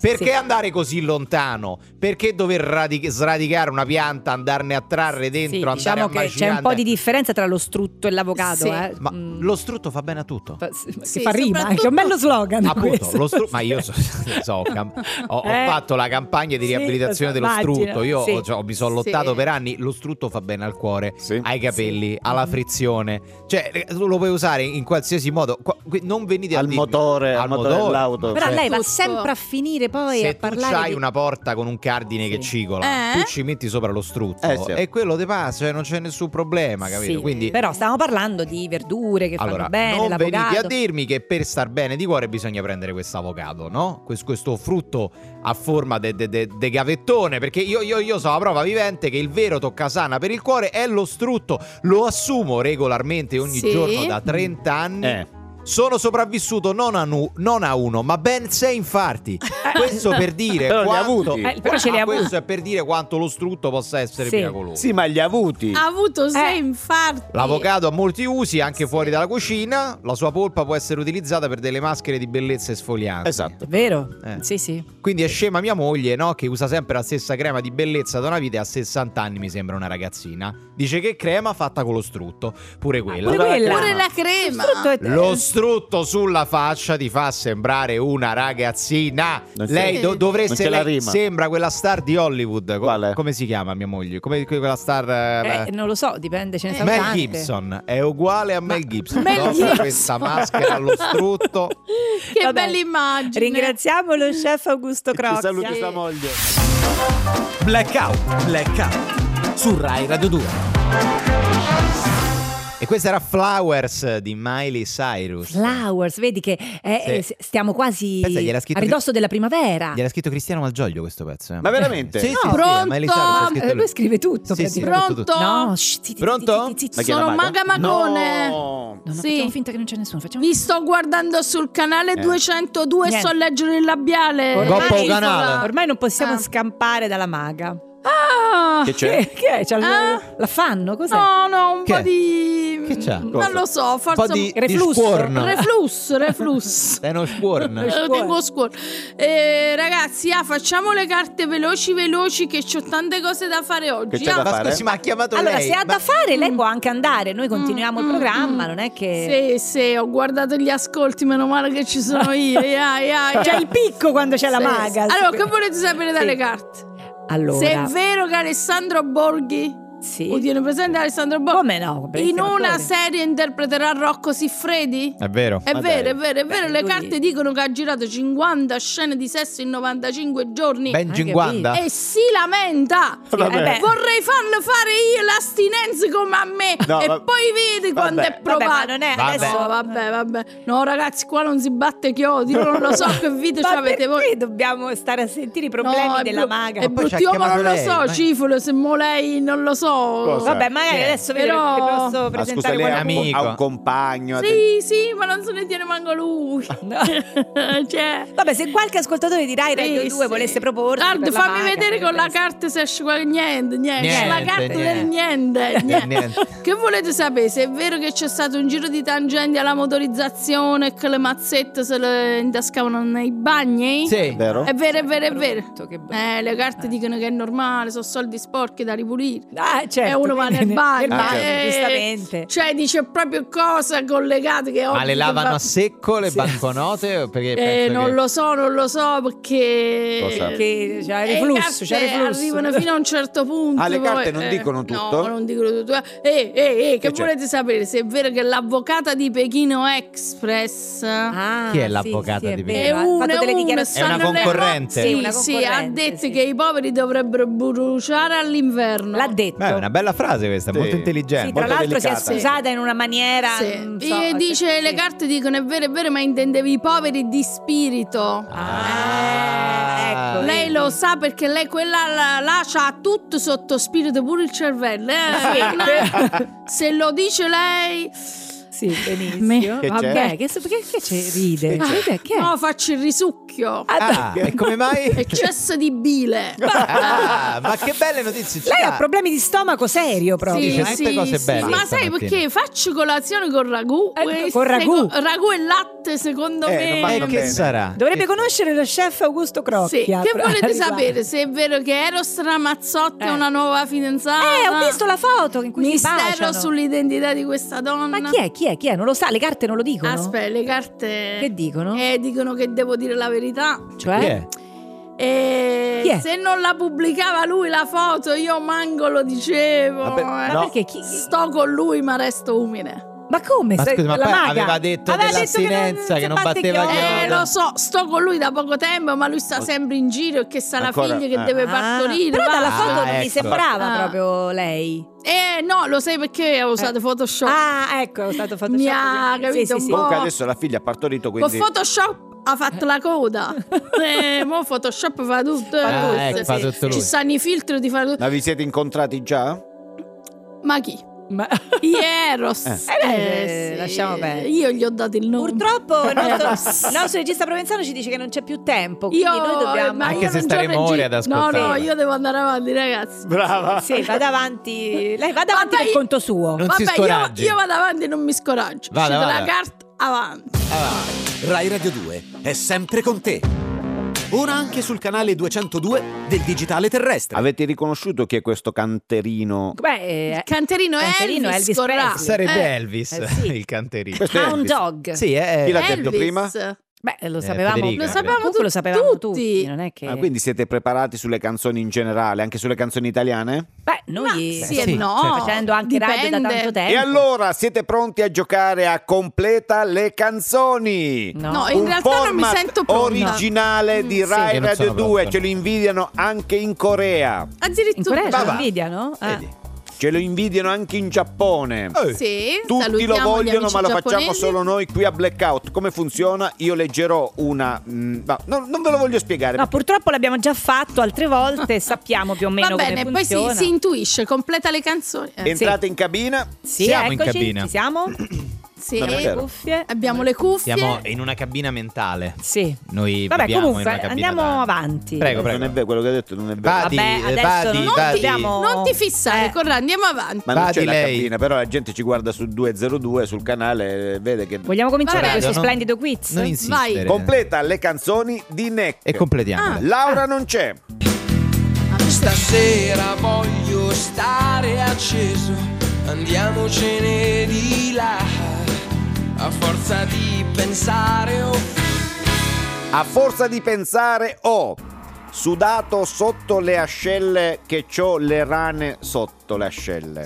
B: Perché
C: Sì.
B: andare così lontano? Perché dover radi- sradicare una pianta, andarne a trarre dentro,
C: Sì,
B: andare
C: diciamo
B: a
C: che c'è
B: macinare,
C: un po' di
B: andare-
C: differenza tra lo strutto e l'avvocato.
D: Sì.
C: Eh.
B: Ma
C: Mm.
B: lo strutto fa bene a tutto.
C: Fa- sì,
D: Sì,
C: che fa rima anche, è un
D: soprattutto-
C: bello slogan.
B: Appunto,
C: Ah, questo.
B: lo stru- ma io so- so, ho cam- ho, ho
C: Eh,
B: fatto la campagna di
C: sì,
B: riabilitazione
C: lo so,
B: dello
C: immagino,
B: strutto. Io
C: sì.
B: ho- cioè, ho- mi sono
D: Sì.
B: lottato per anni. Lo strutto fa bene al cuore,
E: Sì.
B: ai capelli,
C: Mm-hmm.
B: alla frizione. Cioè, eh, tu lo puoi usare in qualsiasi modo. Qua- qui- non venite a
E: Al
B: dirmi-
E: motore, al motore dell'auto.
C: Però
B: Cioè,
C: lei va
D: Tutto.
C: sempre a finire poi
B: se
C: a
B: tu
C: parlare
B: hai
C: di-
B: una porta con un cardine che
C: Sì.
B: cicola,
D: Eh?
B: tu ci metti sopra lo strutto
E: Eh, certo.
B: e quello te passa, cioè non c'è nessun problema, capito?
C: Sì,
B: Quindi
C: Però stiamo parlando di verdure che
B: Allora,
C: fanno bene,
B: non venite a
C: l'avvocato.
B: dirmi che per star bene di cuore bisogna prendere questo avocado, no? Quest- questo frutto a forma de, de- de- de gavettone, perché io, io, io so la prova vivente che il vero toccasana per il cuore è lo strutto. Lo assumo regolarmente ogni
D: Sì.
B: giorno da 30 anni.
E: Eh.
B: Sono sopravvissuto non a, nu- non a uno, ma ben sei infarti. Questo per dire
E: Però li ha
B: quanto,
E: avuti.
C: Eh, però ce li ha
B: Ah, questo
C: avuti.
B: è per dire quanto lo strutto possa essere
C: Sì.
B: miracoloso.
E: Sì, ma gli avuti.
D: Ha
C: Eh.
D: avuto sei infarti.
B: L'avocado ha molti usi anche fuori dalla cucina. La sua polpa può essere utilizzata per delle maschere di bellezza esfolianti.
E: Esatto.
C: Vero?
B: Eh.
C: Sì, sì.
B: Quindi è scema mia moglie, no? Che usa sempre la stessa crema di bellezza da una vita e a 60 anni mi sembra una ragazzina. Dice che crema fatta con lo strutto. Pure
E: Ah,
B: quella.
C: Ah, pure quella.
D: Pure la crema.
C: Tutto è-
E: eh.
C: eh,
B: Lo strutto sulla faccia ti fa sembrare una ragazzina.
E: Non c'è-
B: lei do-
E: non
B: dovreste.
E: c'è la
B: lei
E: rima.
B: sembra quella star di Hollywood. Co-
E: Quale?
B: Come si chiama mia moglie? Come que- quella star. eh,
C: Eh, non lo so, dipende, ce ne sono
B: Mel
C: tante.
B: Gibson è uguale a Mel Gibson.
D: Mel
B: Dopo
D: Gibson.
B: questa maschera allo strutto.
D: Che
C: Vabbè.
D: bella immagine.
C: Ringraziamo lo chef Augusto
E: Ci
C: Crozza.
E: saluti sua moglie.
H: Blackout, blackout su Rai Radio 2.
B: E questa era Flowers di Miley Cyrus.
C: Flowers, vedi che eh,
B: Sì.
C: eh, s- stiamo quasi
B: Pensa, gliel'ha
C: a
B: scritto-
C: ridosso della primavera.
B: Gliel'ha scritto Cristiano Malgioglio questo pezzo. eh.
E: Ma veramente?
B: Sì, sì, sì,
D: Pronto?
B: a Miley Cyrus l'ha scritto
C: Eh, lui
B: lui.
C: scrive tutto.
B: Sì, sì,
C: praticamente.
B: tutto, tutto.
C: No,
D: Pronto?
C: shh, zitti,
B: Pronto?
C: zitti, zitti,
E: Ma
C: zitti.
E: chi è la
D: Sono
E: maga?
D: magamagone.
E: No.
C: No, no,
D: Sì.
C: facciamo finta che non c'è nessuno. Facciamo...
D: Vi sto guardando sul canale
B: Eh.
D: 202 e
C: Niente.
D: so leggere il labiale.
B: Ormai- Coppa o canale?
C: Ormai non possiamo
D: Ah.
C: scampare dalla maga.
D: Ah,
E: Che c'è?
B: Cioè?
C: Che, che è? C'ha il-
D: Ah.
C: La fanno? Cos'è?
D: No, no, un
B: Che
D: po'
B: è?
D: di...
B: Che c'ha?
E: Cosa?
D: Non lo so,
B: Un
D: forse...
B: po' di, di
C: Reflusso.
B: squorn.
D: Reflusso, reflusso.
B: È uno
D: Eh,
B: squorn.
D: lo tengo scuola. Eh, ragazzi, ah, facciamo le carte veloci, veloci, che ho tante cose da fare oggi.
E: Che c'è
D: ah.
E: da
B: Ma
E: fare?
B: scusi, ma ha chiamato
C: Allora,
B: lei.
C: se ha
B: Ma-
C: da fare, lei può anche andare. Noi continuiamo
D: Mm,
C: il
D: mm,
C: programma,
D: mm.
C: non è che.
D: Sì, sì, ho guardato gli ascolti, meno male che ci sono io. ia, ia, ia.
C: C'è il picco quando c'è la
D: Sì,
C: maga.
D: sì. Allora, che volete sapere
C: Sì.
D: dalle carte?
C: Allora,
D: Se è vero che Alessandro Borghi,
C: sì.
D: oddio, ne presente Alessandro Borghi,
C: Come no?
D: in
C: bellissimo
D: una
C: attore.
D: serie interpreterà Rocco Siffredi?
B: È vero.
D: È
E: Ma
D: vero,
E: dai.
D: è vero, è vero.
C: Beh,
D: Le
C: lui-
D: carte dicono che ha girato 50 scene di sesso in 95 giorni.
B: Ben
C: Ah,
B: 50.
D: e si lamenta.
E: Vabbè.
C: eh beh.
D: Vorrei farlo fare io l'astinenza come a me
E: No,
D: e
E: va-
D: poi vedi quando
E: vabbè.
D: è
C: Vabbè,
D: provato.
C: ma non è
B: Vabbè.
C: adesso.
D: No, vabbè, vabbè. No, ragazzi, qua non si batte chiodi. Io non lo so che vita
C: Ma
D: ci avete voi.
C: perché dobbiamo stare a sentire i
D: No,
C: problemi
D: è
C: della
D: bru-
C: maga?
D: È
B: poi ci ha
D: bruttiuomo, non lo
B: chiamato
D: so.
B: lei, ma-
D: Cifolo, se mo lei non lo so.
E: Cosa?
C: Vabbè, magari
B: Sì.
C: adesso vedo
D: Però-
C: che posso
E: Ma scusa,
C: presentare
E: Ah, lei ha
B: qualcuno.
E: un,
B: amico.
E: ha un compagno. ha del-
D: Sì, sì, ma non se ne tiene manco lui. cioè.
C: Vabbè, se qualche ascoltatore di Rai Radio
D: Sì,
C: 2
D: sì.
C: volesse proporre.
D: Guarda, fammi vedere con la carta se esce qua. Niente, niente.
B: Niente,
D: la carta del niente.
B: Eh,
D: niente.
B: niente.
D: Che volete sapere? Se è vero che c'è stato un giro di tangenti alla motorizzazione e che le mazzette se le intascavano nei bagni?
B: Sì.
E: Vero?
D: È vero, è vero, è vero.
C: Che brutto.
D: Eh, le carte dicono che è normale, sono soldi sporchi da ripulire.
C: Ah, certo.
D: E uno va nel bagno, eh.
C: giustamente.
D: Cioè, dice proprio cosa collegate che
B: Ma
D: oggi
B: le
D: che
B: lavano
D: va-
B: a secco le
D: Sì.
B: banconote? Perché
D: eh,
B: penso
D: non
B: che-
D: lo so, non lo so perché.
E: Cosa?
C: Perché c'è il
D: Eh,
C: riflusso, c'è il
D: carte
C: riflusso.
D: Arrivano fino a un certo punto.
E: Ah, le carte
D: poi,
E: non
D: eh,
E: dicono tutto?
D: No, non dicono tutto. Eh, eh, eh, che
E: Che c'è?
D: volete sapere se è vero che l'avvocata di Pechino Express
C: Ah,
B: Chi è
C: sì,
B: l'avvocata
C: sì,
B: di
C: è
B: Pino?
D: è
C: vero, ha
D: una,
C: fatto delle
D: una,
C: dichiarazioni.
B: È
D: stanno
B: una
D: le-
B: concorrente.
D: Sì,
C: Sì, una
D: sì, ha
C: concorrente,
D: detto
C: sì.
D: che i poveri dovrebbero bruciare all'inverno.
C: L'ha detto.
B: Beh, è una bella frase questa,
E: Sì.
B: molto
C: Sì,
B: intelligente.
C: tra
E: molto
C: l'altro si
E: delicata.
C: è scusata in una maniera.
D: Sì.
C: non so,
D: E dice
C: sì.
D: le carte dicono è vero, è vero, ma intendevi i poveri di spirito.
C: Ah, ecco.
D: Lei lo sa perché lei quella là, là c'ha tutto sotto spirito, pure il cervello. eh. Una- se lo dice lei,
C: Sì, benissimo.
D: Me-
E: Che
C: Vabbè,
E: c'è?
C: che, perché che c'è? Ride.
E: Che c'è?
C: Ride, Che è?
D: no, faccio il risucchio.
C: Ah, beh,
B: Ah, e come mai?
D: Eccesso di bile.
B: Ah, ma che belle notizie ci
C: Lei
B: dà.
C: ha problemi di stomaco serio proprio.
B: Sì, dice tante cose belle
D: Ma sai
B: stamattina.
D: perché faccio colazione con ragù?
C: Eh,
D: e
C: con ragù.
D: seco- ragù e latte, secondo
E: Eh,
D: me.
E: non vanno
B: E che
E: bene.
B: sarà?
C: Dovrebbe conoscere lo chef Augusto Crocchia.
D: Sì, che
C: però-
D: volete
C: riguardo.
D: sapere se è vero che Eros Ramazzotti
C: Eh.
D: è una nuova fidanzata?
C: Eh, ho visto la foto in cui si
D: Ah, Mistero
C: baciano.
D: sull'identità di questa donna.
C: Ma chi è? Chi è? Chi è? Non lo sa, le carte non lo dicono.
D: Ah, Aspetta, le carte
C: Che dicono?
D: Eh, dicono che devo dire la verità.
C: Cioè?
B: Chi è?
D: E
C: Chi è?
D: se non la pubblicava lui la foto, io manco lo dicevo.
E: Vabbè,
D: eh.
E: no.
C: Perché chi-
D: Sto con lui, ma resto umile.
C: Ma come?
B: Ma
C: Se-
B: scusi, ma
C: la
B: poi
C: maga.
B: aveva detto
C: Aveva
B: dell'astinenza,
C: si
B: che non
C: batte
B: batteva
C: chiodi.
B: gli
D: Eh,
B: Eh,
D: lo so, sto con lui da poco tempo, ma lui sta sempre in giro e che sa la
E: Ancora,
D: figlia che
E: eh.
D: deve
C: Ah,
D: partorire.
C: Però dalla
D: va.
C: foto non mi
B: ecco.
C: sembrava
D: Ah.
C: proprio lei.
D: Eh, no, lo sai perché ho usato Photoshop.
C: Eh. Ah, ecco, è stato fatto
D: Cioè. Mi ha
C: Sì,
D: capito
C: sì, sì.
D: un po'.
E: Comunque adesso la figlia ha partorito,
D: Con
E: quindi...
D: Photoshop ha fatto la coda. eh, mo Photoshop fa tutto.
B: Ah,
D: tutto,
B: ecco, fa tutto lui.
D: Ci stanno i filtri di fare tutto.
E: Ma vi siete incontrati già?
D: Ma chi?
C: Ma...
D: Ieros.
C: Eh, lasciamo perdere.
D: Io gli ho dato il nome.
C: Purtroppo il nostro,
D: Eh.
C: il nostro regista provenzano ci dice che non c'è più tempo, quindi
D: Io,
C: noi dobbiamo...
D: ma
B: Anche
D: io
B: se
D: non
B: staremo
D: gioco in
B: ore
D: gi-
B: ad ascoltarla.
D: No, no, io devo andare avanti, ragazzi.
B: Brava.
C: Sì, vada avanti, lei vada avanti
D: Vabbè,
C: per
D: io-
C: conto suo.
B: Non si
D: Vabbè,
B: scoraggi.
D: io, io vado avanti e non mi scoraggio.
B: Vada,
D: Scedo
B: vada.
D: la carta avanti.
H: Rai Radio 2 è sempre con te. Ora anche sul canale 202 del digitale terrestre.
E: Avete riconosciuto chi è questo canterino?
C: Beh,
D: Il
C: eh,
D: canterino,
C: Canterino
D: Elvis,
C: Elvis
D: Corrà.
C: Presley.
B: Sarebbe
D: Eh,
B: Elvis
C: eh, sì.
B: il canterino.
E: Questo è
C: Hound
E: Elvis.
C: Dog.
B: Sì, eh, è,
E: Chi l'ha detto
D: Elvis.
E: prima?
C: Beh, lo sapevamo,
B: Federica.
D: Lo sapevamo
C: comunque lo sapevamo tutti.
D: tutti.
C: non è che...
E: Ah, quindi siete preparati sulle canzoni in generale, anche sulle canzoni italiane?
C: Beh, noi
D: Ma
C: eh,
D: sì e
B: sì,
D: no.
B: cioè,
C: facendo anche radio da
D: Dipende.
C: tanto tempo.
E: E allora siete pronti a giocare a completa le canzoni?
C: No.
D: No, in
E: Un
D: realtà non mi
E: format
D: sento pronta.
E: originale di
D: Mm, sì.
E: Rai
B: Io non
E: Radio
B: sono
E: 2,
B: pronto.
E: ce lo invidiano anche in Corea,
C: In
D: Addirittura.
C: Corea c'è
B: Va, va.
C: l'invidia, no? Ah.
B: Vedi.
E: ce lo invidiano anche in Giappone.
B: Eh,
D: Sì,
E: Tutti
D: salutiamo
E: lo
D: gli
E: vogliono,
D: amici
E: ma lo facciamo
D: giapponesi.
E: solo noi qui a Blackout. Come funziona? Io leggerò una. mm, ma no, non ve lo voglio spiegare.
C: No, purtroppo l'abbiamo già fatto altre volte, sappiamo più o meno
D: Va bene,
C: come
D: poi si,
C: funziona.
D: si intuisce, completa le canzoni. Eh,
E: Entrate in cabina.
C: Sì,
B: Siamo in
C: eccoci,
B: cabina.
C: Ci siamo?
D: sì.
E: Non è
D: Eh,
E: vero.
C: Cuffie?
D: Abbiamo le cuffie.
B: Siamo in una cabina mentale.
C: Sì.
B: Noi
C: Vabbè,
B: viviamo in
C: comunque,
B: una cabina
C: andiamo
B: da-
C: avanti.
B: Prego,
E: Non è
B: prego.
E: vero quello che ha detto, non è vero.
B: Va-
C: Vabbè,
B: Vadi, eh,
C: adesso
B: vadi,
C: non
B: vadi.
C: dobbiamo...
D: Non ti fissare,
C: Eh,
D: Corrà, andiamo avanti.
E: Ma non
B: Va
E: c'è
B: di
E: la
B: lei.
E: cabina, però la gente ci guarda su 202 sul canale, eh, vede che.
C: Vogliamo cominciare
D: Vabbè,
C: questo
B: non-
C: splendido quiz?
B: Non insistere.
D: Vai.
E: Completa le canzoni di Neck.
B: E
C: Ah,
B: completiamo.
E: Laura non c'è.
F: Stasera voglio stare acceso, andiamocene di là. A forza di pensare oh, ho
E: A forza di pensare ho sudato sotto le ascelle che c'ho le rane sotto le ascelle.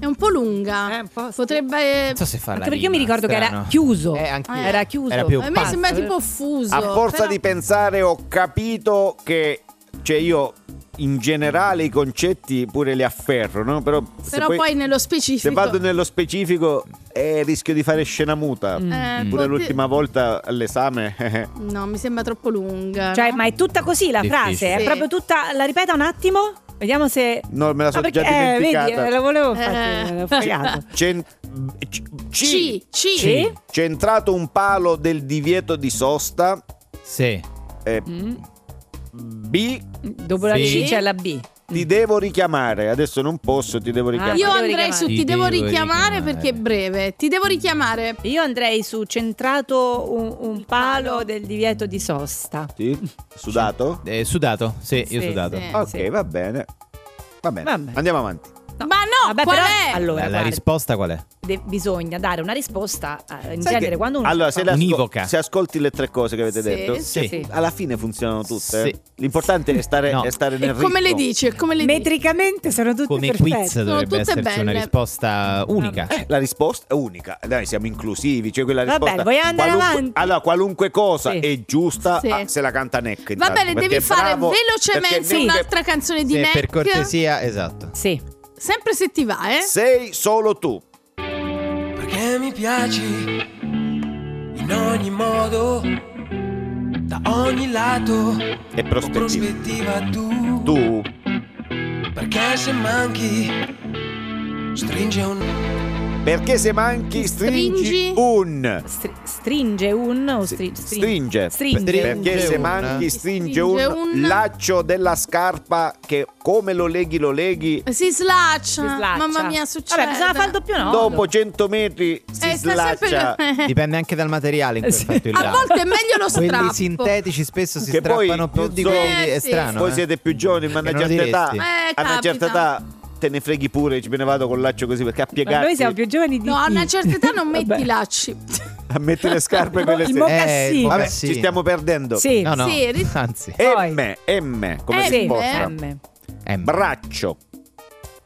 D: È un po' lunga.
C: Eh, un po' sì.
D: Potrebbe.
B: Non so se fa la
C: Anche perché io mi
B: rima,
C: ricordo che era
B: strano.
C: chiuso.
B: Eh, anch'io.
C: Era chiuso.
B: Era più
D: A me
B: pazzo.
D: sembra tipo fuso.
E: A forza
D: però-
E: di pensare ho capito che cioè io in generale i concetti pure li afferro, no? Però, se
D: Però poi, nello specifico.
E: se vado nello specifico eh, rischio di fare scena muta.
C: Mm.
D: Eh,
E: Pure
D: pote-
E: l'ultima volta all'esame.
D: No, mi sembra troppo lunga.
C: Cioè,
D: no?
C: ma è tutta così la
B: Difficile.
C: frase? È
D: Sì.
C: proprio tutta... La ripeta un attimo? Vediamo se...
E: No, me la
C: No,
E: sono già
C: perché- eh,
E: dimenticata.
C: vedi, eh, lo volevo
D: Eh.
C: fare, l'ho fregato.
E: Cen- c- c-
D: C, C.
C: Sì?
E: C'è entrato un palo del divieto di sosta.
B: Sì.
E: eh,
C: Mm.
E: B,
C: Dopo la
B: Sì.
C: C c'è la B. Mm.
E: ti devo richiamare. Adesso non posso, ti devo richiamare.
D: Mm. Ah, Io
C: Devo
D: andrei
C: richiamare.
D: su
B: Ti
D: ti devo
B: devo
D: richiamare
B: richiamare.
D: perché è breve. Ti devo richiamare.
C: Io andrei su centrato un, un palo
D: palo.
C: del divieto di sosta.
E: Sì? Sudato?
B: Eh, sudato? Sì, io ho
C: Sì,
B: sudato.
D: sì.
E: ok,
C: sì.
E: va bene. Va bene.
C: Vabbè.
E: Andiamo avanti.
D: Ma no,
C: Vabbè,
D: qual
C: però,
D: è?
C: Allora,
B: La- la,
C: guarda,
B: risposta qual è?
C: de- bisogna dare una risposta eh, in
E: Sai
C: genere
E: che-
C: quando uno
E: allora,
C: fa-
E: se, le asco-
B: Univoca.
E: se ascolti le tre cose che avete
D: Sì.
E: detto,
B: Sì.
C: Sì.
E: alla fine funzionano tutte. eh?
B: Sì.
E: L'importante è stare,
B: No.
E: è stare nel
D: E come le
E: ritmo.
D: dici? E come le dici?
C: metricamente sono tutte
B: Come
C: perfette.
B: quiz dovrebbe
D: tutte
B: esserci una
D: belle.
B: risposta unica.
E: Eh, la risposta è unica, dai, siamo inclusivi. Cioè quella
C: Va
E: risposta.
C: bene, vogliamo andare
E: qualunque,
C: avanti?
E: Allora, qualunque cosa
C: Sì.
E: è giusta
D: Sì.
E: ah, se la canta Neck.
D: Va
E: intanto,
D: bene,
E: perché
D: devi
E: è
D: fare
E: bravo,
D: velocemente
E: perché Neck-
D: un'altra canzone di
B: Sì,
D: Neck.
B: per cortesia, esatto.
C: Sì.
D: Sempre se ti va, eh?
E: Sei solo tu.
F: Perché mi piaci in ogni modo, da ogni lato,
E: E
F: con
E: prospettiva.
F: prospettiva tu.
E: Tu.
F: Perché se manchi, stringe un...
E: Perché se manchi stringi,
D: Stringi.
E: un.
C: Stri- stringe un o stri- strin-
E: Stringe.
C: Stringe. un-
E: Perché se
B: un.
E: manchi
D: Stringe
E: stringe un,
D: un.
E: laccio della scarpa che come lo leghi lo leghi.
D: Si slaccia.
C: si slaccia.
D: Ah, Mamma mia, succede.
C: Vabbè, bisogna fare il doppio nodo.
E: Dopo 100 metri si
D: Eh, sta sempre-
E: slaccia.
B: Dipende anche dal materiale in cui è
C: Sì.
B: fatto il
D: A
B: lato.
D: volte è meglio lo
B: Quelli
D: strappo.
B: sintetici spesso si
E: Che poi
B: strappano più
E: non
B: di
E: so-
B: quelli.
D: Eh,
B: È
D: sì.
B: strano.
E: Voi
B: eh.
E: siete più giovani, ma a
B: Che
E: una
B: non
E: certa età,
B: diresti.
D: Eh,
E: a una
D: capita.
E: certa età te ne freghi pure, ci me ne vado con il laccio così perché a
C: Ma
E: piegarti
C: noi siamo più giovani di
D: No, a
C: chi?
D: una certa età non metti
C: Vabbè.
D: i lacci.
E: a mettere le scarpe quelle
C: Il
E: sere.
C: mo-
B: Eh,
C: mocassino.
E: Vabbè,
B: sì.
E: ci stiamo perdendo.
C: Sì.
B: No, no.
D: Sì, ri-
B: Anzi,
E: Eh,
C: Poi.
E: M, M come
D: Eh,
C: Sì.
E: risposta.
C: M.
B: eh,
E: Braccio.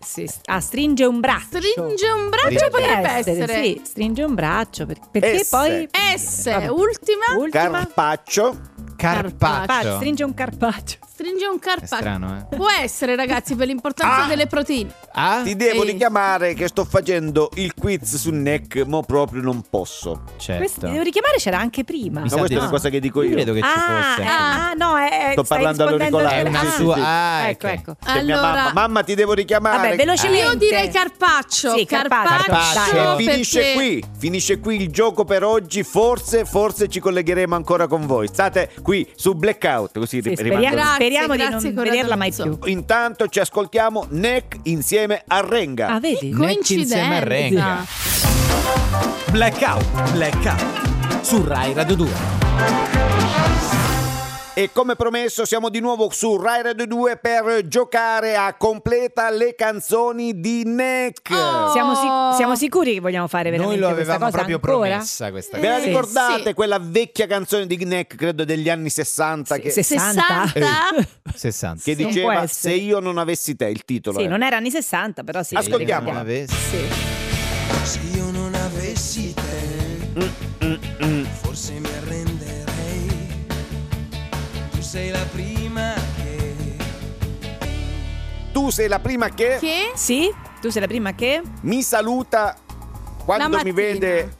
C: Sì, st- Ah, stringe un braccio.
D: Stringe un braccio,
B: Potrebbe
D: potrebbe essere.
C: Sì, stringe un braccio. per- Perché
E: S.
C: poi...
D: S,
C: Vabbè.
D: ultima.
C: Ultima.
E: Carpaccio.
B: carpaccio.
C: Stringe un carpaccio.
D: Stringe un
B: È
D: carpaccio.
B: strano, eh?
D: Può essere, ragazzi, per l'importanza
E: Ah!
D: delle proteine.
B: Ah?
E: Ti devo
D: Ehi.
E: richiamare che sto facendo il quiz su Neck, mo proprio non posso.
C: Questo,
B: Certo.
C: devo richiamare c'era anche prima.
B: Mi
E: Ma
B: sa
E: questa
B: di
E: è una
B: no.
E: cosa che dico
B: Io
E: io.
B: credo che ci
C: ah,
B: fosse.
C: ah, no, è,
E: Sto
C: stai
E: parlando
C: rispondendo
E: all'auricolare,
B: È
C: al-
B: una
E: sì,
C: ah,
E: sì,
B: sua.
E: sì.
B: Ah,
C: ecco,
B: ok.
C: ecco.
E: C'è mia mamma.
D: Allora,
E: mamma, ti devo richiamare.
C: Vabbè, velocemente.
D: Cioè, io direi carpaccio.
C: Sì, carpaccio.
D: carpaccio,
B: Carpaccio.
D: perché-
E: Finisce qui, finisce qui il gioco per oggi. Forse, forse ci collegheremo ancora con voi. State qui su Blackout, così
C: Sì,
E: rimango-
C: speriamo
D: Grazie,
C: speriamo
D: grazie,
C: di non
D: Corrado
C: vederla mai
D: Manzo.
C: più.
E: Intanto ci ascoltiamo Neck insieme a Renga.
C: Ah, vedi?
B: Neck insieme a Renga.
D: Coincidenza.
H: Blackout, Blackout su Rai Radio 2.
E: E come promesso siamo di nuovo su Rai Radio 2 per giocare a completa le canzoni di Neck.
D: Oh.
C: Siamo, sic- siamo sicuri che vogliamo fare
B: Noi
C: veramente
B: lo
C: questa
B: avevamo
C: cosa
B: proprio
C: ancora?
B: promessa questa
E: Ve la
C: Sì.
E: ricordate
D: Sì.
E: quella vecchia canzone di Neck, credo degli anni 60,
C: Sì,
E: che,
C: sì,
B: 60.
D: 60.
E: che
C: sì. Non può
E: diceva Se
C: essere.
E: io non avessi te il titolo.
C: Sì,
E: era.
C: non era anni 60, però sì.
E: Ascoltiamola.
C: ricordiamo. Sì.
F: Se io non avessi te,
E: Mm, mm.
F: forse mi arrenderei. Tu sei la prima che
E: Tu sei la prima che,
D: Che?
C: Sì? Tu sei la prima che?
E: mi saluta quando
D: La
E: mi
D: mattina.
E: vede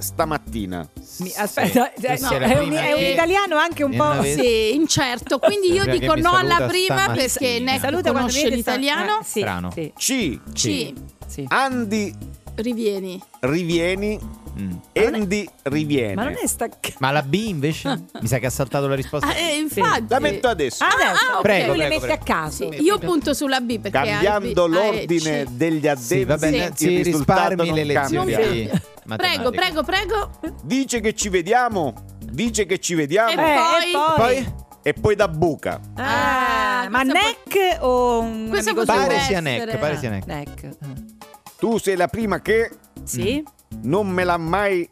E: stamattina.
C: Mi- aspetta,
B: Tu
C: eh,
B: sei
C: no,
B: la
C: è, un,
B: prima
C: è un
B: che-
C: italiano anche un
B: che
C: po'.
B: non aveva-
D: Sì, incerto. Quindi io
B: Sembra
D: dico
B: che mi
D: no alla
B: saluta
D: prima
B: stamattina.
D: perché
B: Mi
D: Neck
C: Saluta quando
D: conosce
C: viene
D: l'italiano.
C: Sì,
B: Strano. Ah,
C: sì,
E: C.
D: Ci,
C: sì.
E: Andy
D: rivieni.
E: Rivieni.
B: Mm.
E: Andy Riviene.
C: Ma non è staccato.
B: Ma la B invece? Mi sa che ha saltato la risposta.
D: Ah, eh, infatti.
E: La metto adesso.
C: Ah, adesso,
D: ah, ok.
B: Prego,
C: lui le
B: prego,
C: mette a caso.
D: Sì, io punto sulla B perché Ah, eh,
E: Cambiando
D: hai-
C: ah, eh,
E: l'ordine
D: hai-
E: degli addetti,
B: Sì, va bene,
E: il
B: sì,
E: risultato
B: risparmi
E: non
B: le lezioni.
E: cambia.
B: di
D: Prego,
B: matematica.
D: prego, prego.
E: Dice che ci vediamo, dice che ci
D: E
E: vediamo
C: Eh,
D: poi-
C: e poi?
E: poi- e poi da buca.
C: Ah,
D: Ah,
C: ma
D: questa
C: neck o un
D: Questa
C: amico
D: potrebbe
B: Pare
C: suo?
B: sia
D: essere-
B: Neck, pare sia Neck. Mm.
C: Neck. ah.
E: Tu sei la prima che
C: Sì?
E: non me l'ha mai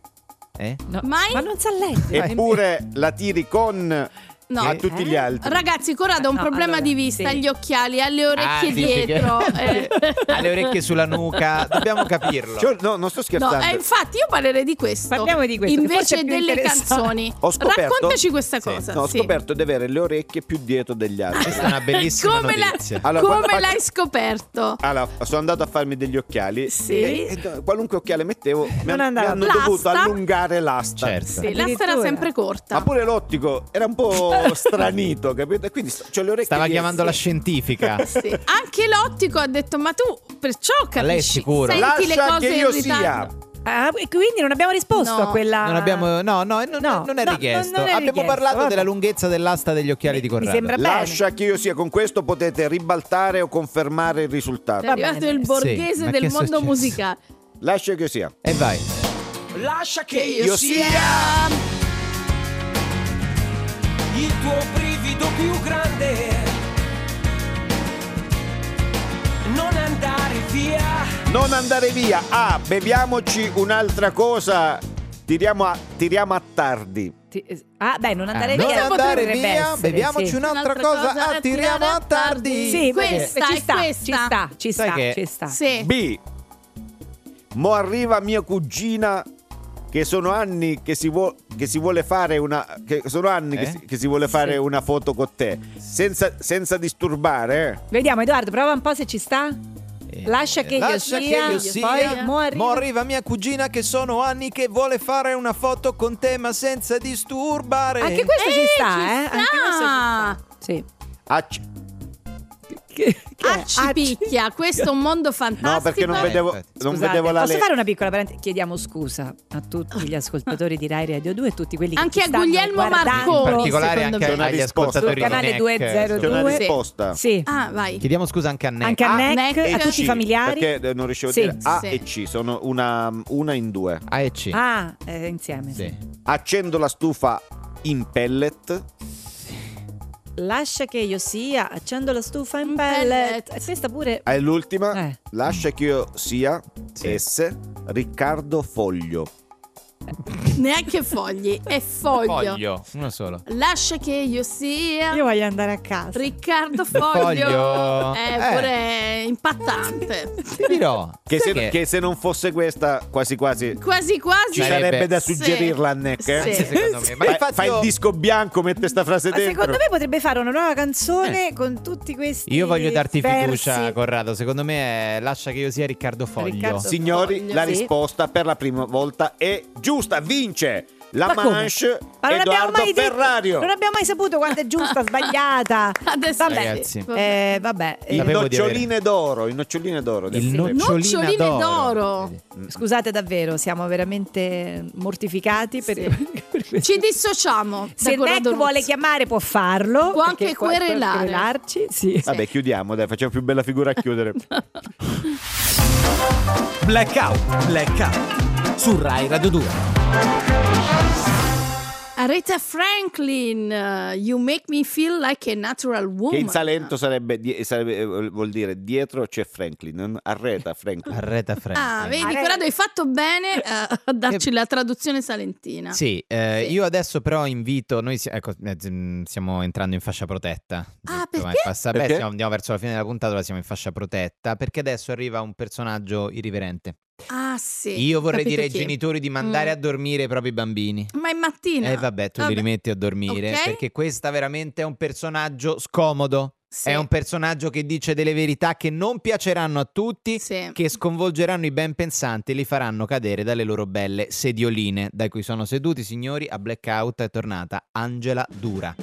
B: Eh?
C: No.
D: Mai?
C: Ma non sa leggere.
E: eppure la tiri con
D: No.
E: a tutti gli
C: Eh?
E: altri.
D: Ragazzi, Corrado ha un
C: No,
D: problema
C: allora,
D: di vista,
C: sì.
D: agli occhiali, alle
B: Ah,
D: orecchie
B: dici
D: dietro.
B: che-
D: eh.
B: alle orecchie sulla nuca, dobbiamo
C: Eh?
B: capirlo.
E: Cioè, no, non sto
D: No,
E: scherzando.
D: eh, infatti io parlerei di questo.
C: Parliamo di questo, che forse
D: Invece
C: è più
D: delle
C: interessante.
D: canzoni.
E: Ho scoperto-
D: Raccontaci questa
B: Sì,
D: cosa.
E: No, ho
D: sì. Ah.
E: scoperto di avere le orecchie più dietro degli altri.
B: Questa è una bellissima
D: Come la-
B: notizia.
E: Allora,
D: Come
E: guarda-
D: l'hai scoperto?
E: Allora, sono andato a farmi degli occhiali.
D: Sì.
E: E, e do- qualunque occhiale mettevo, mi, han- mi
C: andava.
E: hanno
D: L'asta.
E: dovuto allungare l'asta.
B: Certo.
D: Sì, la
C: Addirittura.
D: sarà sempre corta.
E: Ma pure l'ottico era un po' stranito, capito? E Quindi sto- c'ho le orecchie.
B: Stava
E: dietro.
B: chiamando la scientifica.
D: Sì. Anche l'ottico ha detto: Ma tu perciò capisci?
B: lei è sicura.
D: Senti le
E: Lascia
D: cose
E: che
D: in
E: io
D: ritardo.
E: sia.
C: Ah, e quindi non abbiamo risposto
D: No.
C: a quella.
B: Non abbiamo, no, no, non,
C: Ah. No,
B: non è
C: no,
B: richiesto.
C: non è
B: Abbiamo
C: richiesto,
B: parlato
C: vabbè.
B: della lunghezza dell'asta degli occhiali di
C: Mi
B: Corrado.
C: sembra- bene.
E: Lascia che io sia con questo, potete ribaltare o confermare il risultato.
D: È arrivato
C: bene.
D: il borghese
B: ma che
D: del
B: è
D: mondo
B: successo?
D: musicale.
E: Lascia che io sia.
B: E vai.
F: lascia che io,
E: Io
F: sia il tuo brivido più grande. Non andare via.
E: Non andare via. Ah, beviamoci un'altra cosa. Tiriamo a, tiriamo a tardi.
C: Ti- eh, Ah, beh, non andare
B: Ah,
C: via.
B: non andare
C: potrebbe
B: via,
C: essere,
B: beviamoci
C: sì.
B: un'altra
D: Un'altra
B: cosa,
D: cosa,
B: ah, tiriamo a tardi.
C: Sì,
D: Questa
C: perché-
D: è
C: ci sta,
D: questa.
C: ci sta, ci
B: Sai
C: sta,
B: che-
C: ci sta.
D: Sì.
E: B. Mo arriva mia cugina che sono anni che si, vuo- che si vuole fare una che sono anni che,
B: Eh?
E: si, che si vuole fare
C: Sì.
E: una foto con te senza, senza disturbare. eh?
C: Vediamo, Edoardo, prova un po' se ci sta.
B: Eh,
C: Lascia che io
B: lascia
C: sia,
B: che io sia.
C: poi mo arriva-
B: mia cugina che sono anni che vuole fare una foto con te ma senza disturbare.
C: Anche questo ci sta,
D: ci
C: eh?
D: sta.
C: Anche questo ci sta.
E: eh. Acci-
C: Sì. Che- che-
D: Acci picchia, questo è un mondo fantastico.
E: no, perché non
B: Eh,
E: vedevo,
B: infatti.
E: non
C: Scusate,
E: vedevo la
C: posso
E: le-
C: fare una piccola parentesi? Chiediamo scusa a tutti gli ascoltatori di Rai Radio 2 e tutti quelli che
D: Anche
C: ci
D: a
C: stanno
D: Guglielmo
C: guardando.
B: in
D: Marconi.
B: particolare
D: secondo
B: anche
E: me.
B: agli
E: Una risposta.
B: ascoltatori
C: Sul canale
B: di Neck.
C: 202.
E: C'è una
C: Due.
E: risposta.
C: Sì,
D: Ah, vai.
B: Chiediamo scusa anche a Neck.
C: anche a
B: Ah,
C: Neck,
D: Neck
C: a
D: e
C: tutti
E: C,
C: i familiari.
E: Perché eh, non riuscivo a
C: Sì.
E: dire A
D: Sì.
E: e C, sono una, una in due.
B: A e C.
C: Ah, eh, insieme.
B: Sì.
E: Accendo la stufa in pellet.
C: Lascia che io sia, accendo la stufa in
D: Un
C: pellet.
D: pellet.
C: E Questa pure.
E: È l'ultima.
C: Eh.
E: Lascia che io sia
B: Sì.
E: S. Riccardo Foglio.
D: Neanche fogli, è foglio.
I: Foglio, uno solo.
D: Lascia che io sia
C: Io voglio andare a casa.
D: Riccardo Foglio.
I: Foglio.
D: È
I: Eh.
D: pure impattante.
I: Ti dirò.
E: Che
I: sai
E: se,
I: che-
E: che se non fosse questa, quasi quasi
B: Eh,
D: Quasi quasi.
E: ci sarebbe
I: sarebbe-
E: da
D: Sì.
E: suggerirla a Neck. eh?
D: Sì.
I: Secondo me. Ma
E: Fai,
I: infatti
E: fai il
I: io-
E: disco bianco, mette sta frase
C: Ma
E: dentro.
C: secondo me potrebbe fare una nuova canzone con tutti questi.
B: Io voglio darti
C: versi.
B: fiducia, Corrado. Secondo me è lascia che io sia Riccardo Foglio.
C: Riccardo-
B: Sì.
E: Signori,
D: Voglio,
E: la
D: sì.
E: risposta per la prima volta è giusta. Vince la
C: Ma come?
E: Manche
C: Ma non abbiamo
E: Edoardo
C: mai detto-
E: Ferrario.
C: Non abbiamo mai saputo quanto è giusta, sbagliata.
D: Adesso
C: Vabbè.
B: Ragazzi.
D: Vabbè.
C: Eh, vabbè, eh,
E: Il
B: Sapevo di
E: noccioline d'oro, il noccioline d'oro. del
B: Il
E: premio.
B: nocciolina
D: Noccioline
B: d'oro.
D: d'oro.
B: Vedi.
C: scusate davvero, siamo veramente mortificati per, per questo.
D: Ci dissociamo. da
C: Se
D: Corrado
C: Neck vuole
D: Ruzzi.
C: chiamare può farlo.
D: Può anche
C: perché può
D: querelare.
C: querelarci, sì.
E: Vabbè, chiudiamo, dai, facciamo più bella figura a chiudere.
B: Blackout, blackout. Su Rai Radio 2.
D: Aretha Franklin, uh, You Make Me Feel Like a Natural Woman.
E: che in Salento sarebbe, die- sarebbe- eh, vuol dire dietro c'è Franklin, non- arreta Franklin.
B: Arreta Franklin.
D: Ah, vedi, Corrado, hai fatto bene eh, a darci la traduzione salentina.
B: Sì, eh,
D: Sì.
B: io adesso però invito, noi si- ecco, eh, z- stiamo entrando in fascia protetta.
D: Ah,
B: Detto, ma è
D: perché?
B: passa- beh,
E: Perché?
B: stiamo- andiamo verso la fine della puntata, ora siamo in fascia protetta, perché adesso arriva un personaggio irriverente.
D: Ah, sì.
B: io vorrei
D: capito
B: dire ai
D: chi.
B: genitori di mandare
D: Mm.
B: a dormire i propri bambini.
D: Ma è mattina.
B: E vabbè, tu li rimetti a dormire,
D: Ok.
B: perché questa veramente è un personaggio scomodo.
D: Sì,
B: È un personaggio che dice delle verità che non piaceranno a tutti,
D: sì.
B: che sconvolgeranno i ben pensanti e li faranno cadere dalle loro belle sedioline. Da cui sono seduti, signori, a Blackout è tornata Angela Dura.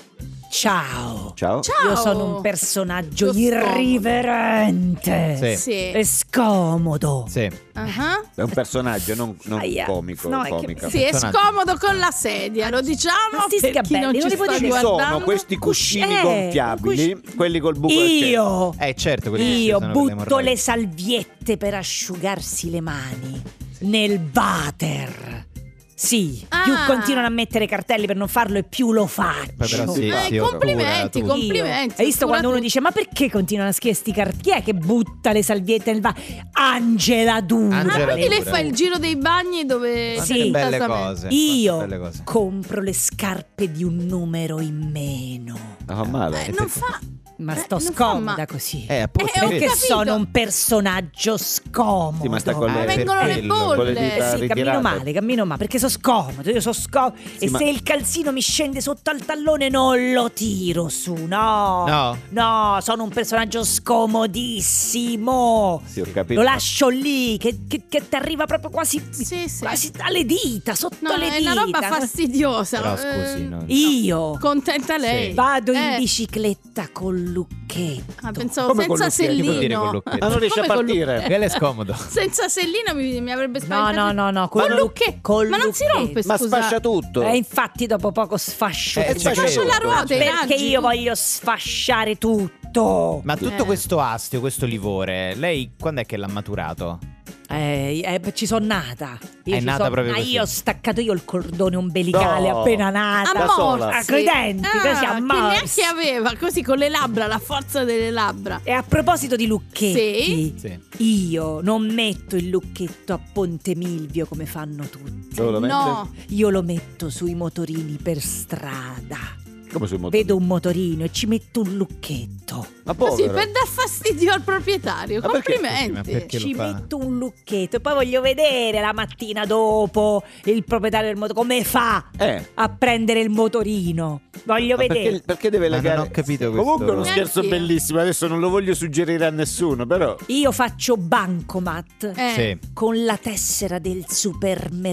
C: Ciao.
E: Ciao.
D: Ciao.
C: Io sono un personaggio
D: Lo scomodo.
C: irriverente
B: Sì. Ecco,
D: Sì.
C: e scomodo.
B: Sì,
D: Ah.
E: È un personaggio, non, non
C: Aia.
E: comico.
C: No, è che-
E: comica.
D: Sì, è
B: Personaggio.
D: scomodo con la sedia, lo diciamo
C: Ma sti
D: per chi
C: sgabelli,
D: non
C: non
D: ci
C: li
D: sta
C: potete-
E: Ci sono
D: guardando.
E: questi cuscini
C: Eh,
E: gonfiabili,
C: cusci-
E: quelli col buco del centro.
C: Io.
B: eh certo, quelli che si
C: Io
B: usano per le
C: butto
B: emorroidi.
C: le salviette per asciugarsi le mani nel water. Sì, più
D: Ah.
C: continuano a mettere cartelli per non farlo e più lo
B: Poi però
C: faccio.
B: sì,
D: Eh,
B: sì,
D: complimenti,
B: oscura tutto.
D: com- complimenti,
C: Io. Hai visto
D: oscura
C: quando uno
D: tutto.
C: dice ma perché continuano a scrivere sti car- Chi è che butta le salviette nel water? Angela Dura.
D: Ah,
B: Angela
D: quindi lei
B: Dura.
D: fa il giro dei bagni dove...
B: Quante
C: Sì.
D: si
B: belle
D: tasa-
B: cose. quante
C: Io
B: belle cose.
C: compro le scarpe di un numero in meno.
E: Non Ah, fa male.
D: Eh, non fa...
C: Ma
D: Eh,
C: sto
D: non fa
C: scomoda
D: ma-
C: così.
B: Eh, appunto,
D: Eh, ho
B: vedi?
C: perché
D: capito.
C: sono un personaggio scomodo.
E: Sì, ma sta con
B: Ah,
E: le
D: vengono le
E: per-
D: bolle.
E: con le dita
D: Eh,
C: Sì, cammino
E: ritirate.
C: male, cammino male, perché sono scomodo, io sono scomodo.
E: Sì,
C: e
E: ma-
C: se il calzino mi scende sotto al tallone non lo tiro su, no.
B: No.
C: No, sono un personaggio scomodissimo.
E: Sì, ho capito.
C: Lo lascio lì, che, ti arriva proprio quasi,
D: Sì, sì.
C: quasi alle dita, sotto
D: No,
C: le
D: è
C: dita.
D: una roba fastidiosa.
B: Però
D: eh,
B: scusi, no.
C: Io
D: Contenta lei.
B: Sì.
C: vado in
D: Eh.
C: bicicletta con Lucchetto.
D: Ah, pensavo
E: Come con
D: senza
E: l'occhietto?
B: Che vuol dire con
D: sellino.
B: l'occhietto?
E: Ah, non riesce a
D: Come con
E: partire.
B: Quello è scomodo.
D: Senza sellino mi, mi avrebbe
C: No, no,
D: spaventato.
C: no, no,
D: Con
C: col
D: Lucche.
C: col
D: Ma non si
C: Lucchetto.
D: rompe,
E: Ma
D: scusa.
E: sfascia tutto.
C: E infatti dopo poco sfascio
B: Eh,
C: tutto.
B: ci
D: Sfascia la
E: credo.
D: ruota, i
C: Perché
D: raggi.
C: io voglio sfasciare tutto.
B: Ma tutto
D: Eh.
B: questo astio, questo livore, lei quando è che l'ha maturato?
C: Eh, eh, ci sono nata. Io
B: È
C: ci
B: nata
C: son-
B: proprio
C: Ma
B: così.
C: io ho staccato io il cordone ombelicale
E: No.
C: appena nata.
E: da
D: A
E: sola.
D: morsi.
C: Ah, coi denti, così, a
D: che
C: morsi.
D: neanche aveva, così con le labbra, la forza delle labbra.
C: E a proposito di lucchetti,
B: Sì.
C: io non metto il lucchetto a Ponte Milvio come fanno tutti.
E: Dove lo mette?
D: No,
C: Io lo metto sui motorini per strada.
E: Come sui motori?
C: Vedo un motorino e ci metto un lucchetto.
E: Ma
D: così
E: povero.
D: per dar fastidio al proprietario.
E: Ma perché, scusi,
D: Complimenti.
B: ma perché- Che
C: Ci
B: lo fa?
C: metto un lucchetto e poi voglio vedere la mattina dopo il proprietario del motorino come fa
E: Eh.
C: a prendere il motorino. Voglio
E: Ma
C: vedere.
E: perché, perché deve
B: Ma
E: legare?
B: non ho capito questo.
E: Comunque è uno
D: Neanch'io.
E: scherzo bellissimo. Adesso non lo voglio suggerire a nessuno, però.
C: Io faccio bancomat
D: Eh,
B: Sì.
C: con la tessera del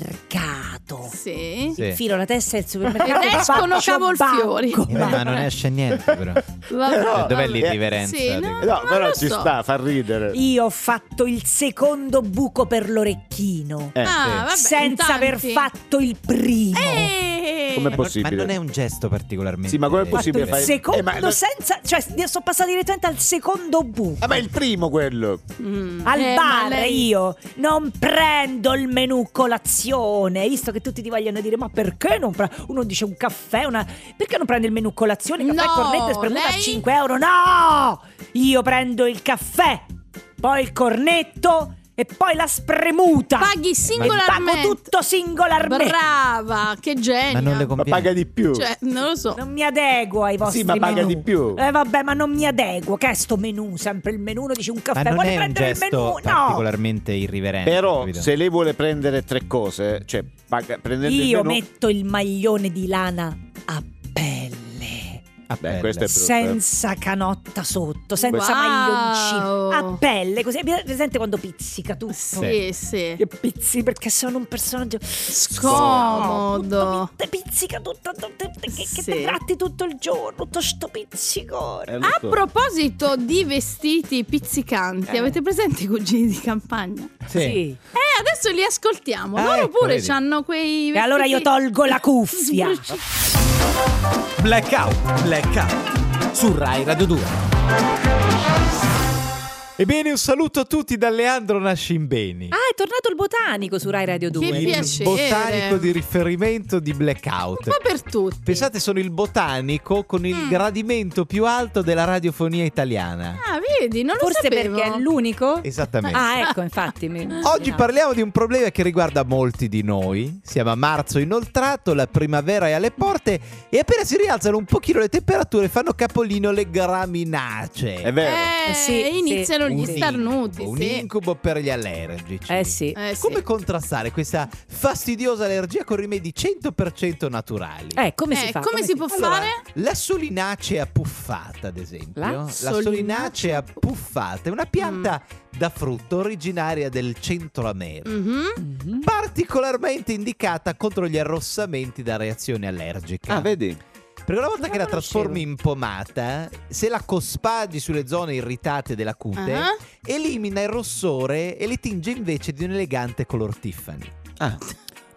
C: supermercato.
D: sì.
B: Sì.
C: Infilo la tessera
D: Eh,
C: del supermercato
D: Ed
C: e
D: escono
C: faccio
D: cavolfiori.
B: Eh, ma
C: bancomat.
B: non esce niente però.
D: Vabbè,
E: Però-
B: Dov'è
D: vabbè.
B: l'irriverenza?
D: Sì,
E: Eh,
D: no,
E: No,
D: non
E: però
D: lo
E: ci
D: so.
E: sta, fa ridere.
C: Io ho fatto il secondo buco per l'orecchino.
E: Eh,
D: Ah,
B: sì.
D: vabbè,
C: senza
D: in
C: aver
D: tanti.
C: fatto il primo.
D: Eh.
E: Come
B: Ma-
E: possibile?
B: Ma non è un gesto particolarmente.
E: Sì, ma com'è
B: eh,
C: Ho fatto
E: possibile
C: il
E: fare-
C: secondo
E: Eh, ma non-
C: senza. Cioè, sono passata direttamente al secondo buco.
E: Ah, ma è il primo quello.
D: Mm.
C: Al
D: Eh, ma
C: bar
D: lei-
C: io non prendo il menù colazione, visto che tutti ti vogliono dire ma perché non prendi, uno dice un caffè, una... perché non prendi il menù colazione, caffè,
D: No,
C: cornetto e spremuta a
D: lei-
C: 5 euro? No! Io prendo il caffè, poi il cornetto e poi la spremuta.
D: Paghi singolarmente.
C: Pago tutto singolarmente.
D: Brava, che genio.
B: Ma non le
E: Ma
B: conviene.
E: paga di più.
D: Cioè, non lo so.
C: Non mi adeguo ai vostri
E: sì, ma paga
C: menù.
E: di più.
C: Eh vabbè, ma non mi adeguo. Che è sto menù? Sempre il menù, uno dice un
B: Ma
C: caffè,
B: non
C: vuole
B: è un
C: prendere il menù?
B: gesto
C: No.
B: particolarmente irriverente.
E: Però
B: Eh, capito?
E: se lei vuole prendere tre cose, cioè paga, prendendo
C: Io
E: il menù,
C: metto il maglione di lana a pelle.
B: Ah,
E: Beh,
B: bello.
E: questo è brutto.
C: Senza canotta sotto, senza
D: Wow.
C: maglioncino, a pelle, così. Hai presente quando pizzica tutto?
D: Sì, sì.
C: Io pizzi perché sono un personaggio
D: Scomodo.
C: Tutto mi- Te pizzica tutto, tutto- che, che
D: Sì.
C: te tratti tutto il giorno, tutto sto pizzicone.
E: Eh, lo
D: A
E: so.
D: proposito di vestiti pizzicanti,
C: Eh.
D: avete presente i cugini di campagna?
B: Sì.
D: Eh, adesso li ascoltiamo.
B: Ah,
D: Loro
B: ecco,
D: pure
B: vedi.
D: hanno quei
C: E allora io
D: vestiti-
C: tolgo la cuffia.
F: Blackout, blackout. Su Rai Radio 2.
B: Ebbene, un saluto a tutti da Leandro Nascimbeni.
C: Ah, è tornato il botanico su Rai Radio 2.
D: Che piacere.
B: Botanico di riferimento di Blackout.
D: Un po' per tutti.
B: Pensate, sono il botanico con il
D: Mm.
B: gradimento più alto della radiofonia italiana.
D: Ah, vedi, non
C: Forse
D: lo sapevo.
C: perché è l'unico?
B: Esattamente.
C: Ah, ecco, infatti. mi-
B: Eh
C: Eh,
B: Oggi
C: no.
B: parliamo di un problema che riguarda molti di noi. Siamo a marzo inoltrato, la primavera è alle porte e appena si rialzano un pochino le temperature fanno capolino le
E: È
B: graminacee.
E: vero.
D: Eh,
C: Eh, sì,
D: iniziano
C: sì.
D: gli
B: Un
C: sì.
D: starnuti.
B: incubo, Un
D: sì.
B: incubo per gli allergici.
C: Eh sì.
D: Eh, sì.
B: Come contrastare questa fastidiosa allergia con rimedi 100% naturali?
C: Eh, come si
D: Eh,
C: fa?
D: come si può
B: Allora,
D: fare?
B: La solinacea puffata, ad esempio.
C: La
B: solinacea puffata è una pianta
D: Mm.
B: da frutto originaria del Centro America.
D: Mhm.
C: Mhm.
B: Particolarmente indicata contro gli arrossamenti da reazione allergica.
E: Ah, vedi?
B: Perché una volta
C: Non
B: che la
C: la conoscevo.
B: trasformi in pomata, se la cospaghi sulle zone irritate della cute,
D: Ah.
B: elimina il rossore e li tinge invece di un elegante color Tiffany.
E: Ah,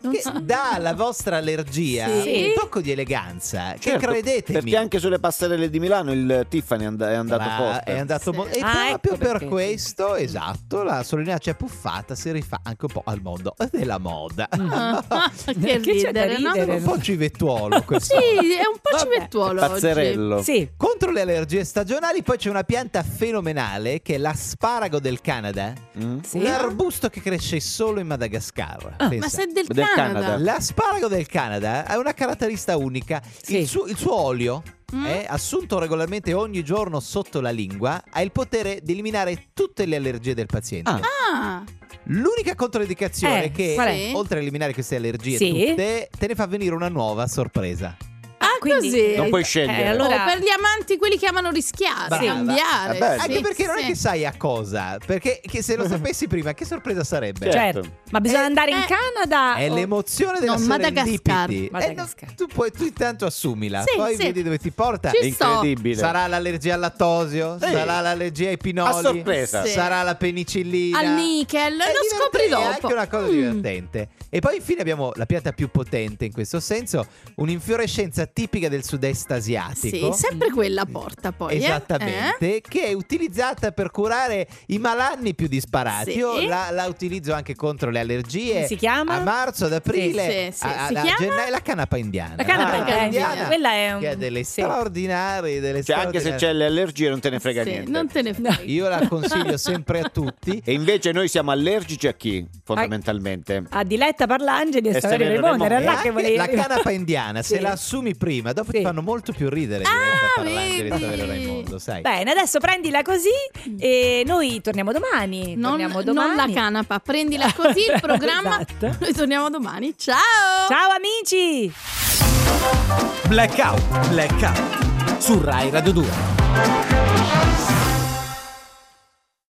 D: Non
B: che
D: so.
B: dà alla vostra allergia
D: Sì.
B: un tocco di eleganza. che
E: certo,
B: credetemi.
E: Perché anche sulle passerelle di Milano il Tiffany è and- è andato
B: Bra-
E: forte.
B: Ah, È andato
D: Sì.
B: mo- e
C: Ah,
B: proprio
C: ecco
B: per
C: perché.
B: questo, esatto, la solinacea puffata si rifà anche un po' al mondo della moda.
D: Ah, che
C: Che c'è da
D: ridere, no?
C: ridere?
B: un po' civettuolo questo.
D: Sì, è un po'
B: Vabbè.
D: civettuolo oggi.
E: Pazzerello.
C: Sì.
B: Contro le allergie stagionali poi c'è una pianta fenomenale che è l'asparago del Canada,
E: Mm?
C: Sì. Ah,
B: un arbusto che cresce solo in Madagascar.
D: Ma
B: Pensa.
D: sei del,
E: Del
D: Canada.
E: Canada.
B: L'asparago del Canada ha una caratteristica unica,
C: Sì.
B: il, suo, il suo olio
D: Mm.
B: eh, assunto regolarmente ogni giorno sotto la lingua, ha il potere di eliminare tutte le allergie del paziente.
E: Ah.
D: Ah,
B: L'unica controindicazione
C: Eh,
B: è che,
C: qual
D: è?
B: oltre a eliminare queste allergie
C: Sì.
B: tutte, te ne fa venire una nuova a sorpresa.
D: ah, così.
E: Non puoi
C: eh,
E: scegliere.
C: allora,
D: Oh, per gli amanti, quelli che amano rischiare,
B: Brava.
D: cambiare.
E: Vabbè,
D: Eh, sì,
B: Anche perché non è
D: sì.
B: che sai a cosa, perché che se lo sapessi prima, che sorpresa
D: Cioè,
B: sarebbe?
C: certo.
E: Certo.
C: Ma bisogna
B: Eh,
C: andare in
D: eh,
C: Canada.
B: È
C: o-
B: l'emozione della
D: No,
B: serendipity.
D: Madagascar.
B: Eh, no,
C: Madagascar.
B: tu, puoi, tu intanto assumila,
D: Sì,
B: poi
D: sì.
B: vedi dove ti porta.
D: Ci sto.
E: Incredibile.
B: Sarà l'allergia al lattosio,
E: Sì.
B: sarà l'allergia ai pinoli,
E: A sorpresa.
D: Sì.
B: sarà la penicillina.
D: Al nickel,
B: È
D: lo
B: divertente,
D: scopri dopo.
B: È anche una cosa
D: Mm.
B: divertente. E poi infine abbiamo la pianta più potente in questo senso, un'infiorescenza tipica del sud-est
D: Sì,
B: asiatico.
D: sempre quella porta poi. eh. Eh?
B: Esattamente, che è utilizzata per curare i malanni più disparati.
D: Sì.
B: Io la, la utilizzo anche contro le allergie.
C: Come si chiama?
B: A marzo, ad aprile,
D: Sì, sì, sì.
B: a,
D: Si
B: a- a
D: chiama?
B: gennaio, la canapa indiana.
C: La canapa
D: indiana.
C: Quella è un-
B: Che ha delle
C: sì.
B: straordinarie. Delle
E: Cioè, anche se
B: straordinarie-
E: c'è le allergie non te ne frega
D: Sì,
E: niente.
D: Non te ne frega.
B: Io la consiglio sempre a tutti.
E: E invece noi siamo allergici a chi, fondamentalmente?
C: A Diletta Parlangeli e
E: E
C: Saverio
E: Saverio
C: Raimondo. Era
B: E
C: là
B: anche
C: che volevi.
B: La canapa indiana, se
C: Sì.
B: la assumi prima, dopo
C: Sì.
B: ti fanno molto più ridere.
D: Ah,
B: Angelo
D: vedi?
B: Raimondo, sai.
C: Bene, adesso prendila così e noi torniamo domani.
D: Non,
C: torniamo
D: non
C: domani.
D: la canapa, prendila così il programma.
C: Esatto.
D: Noi torniamo domani.
C: Ciao amici!
F: Blackout, blackout. Su Rai Radio 2.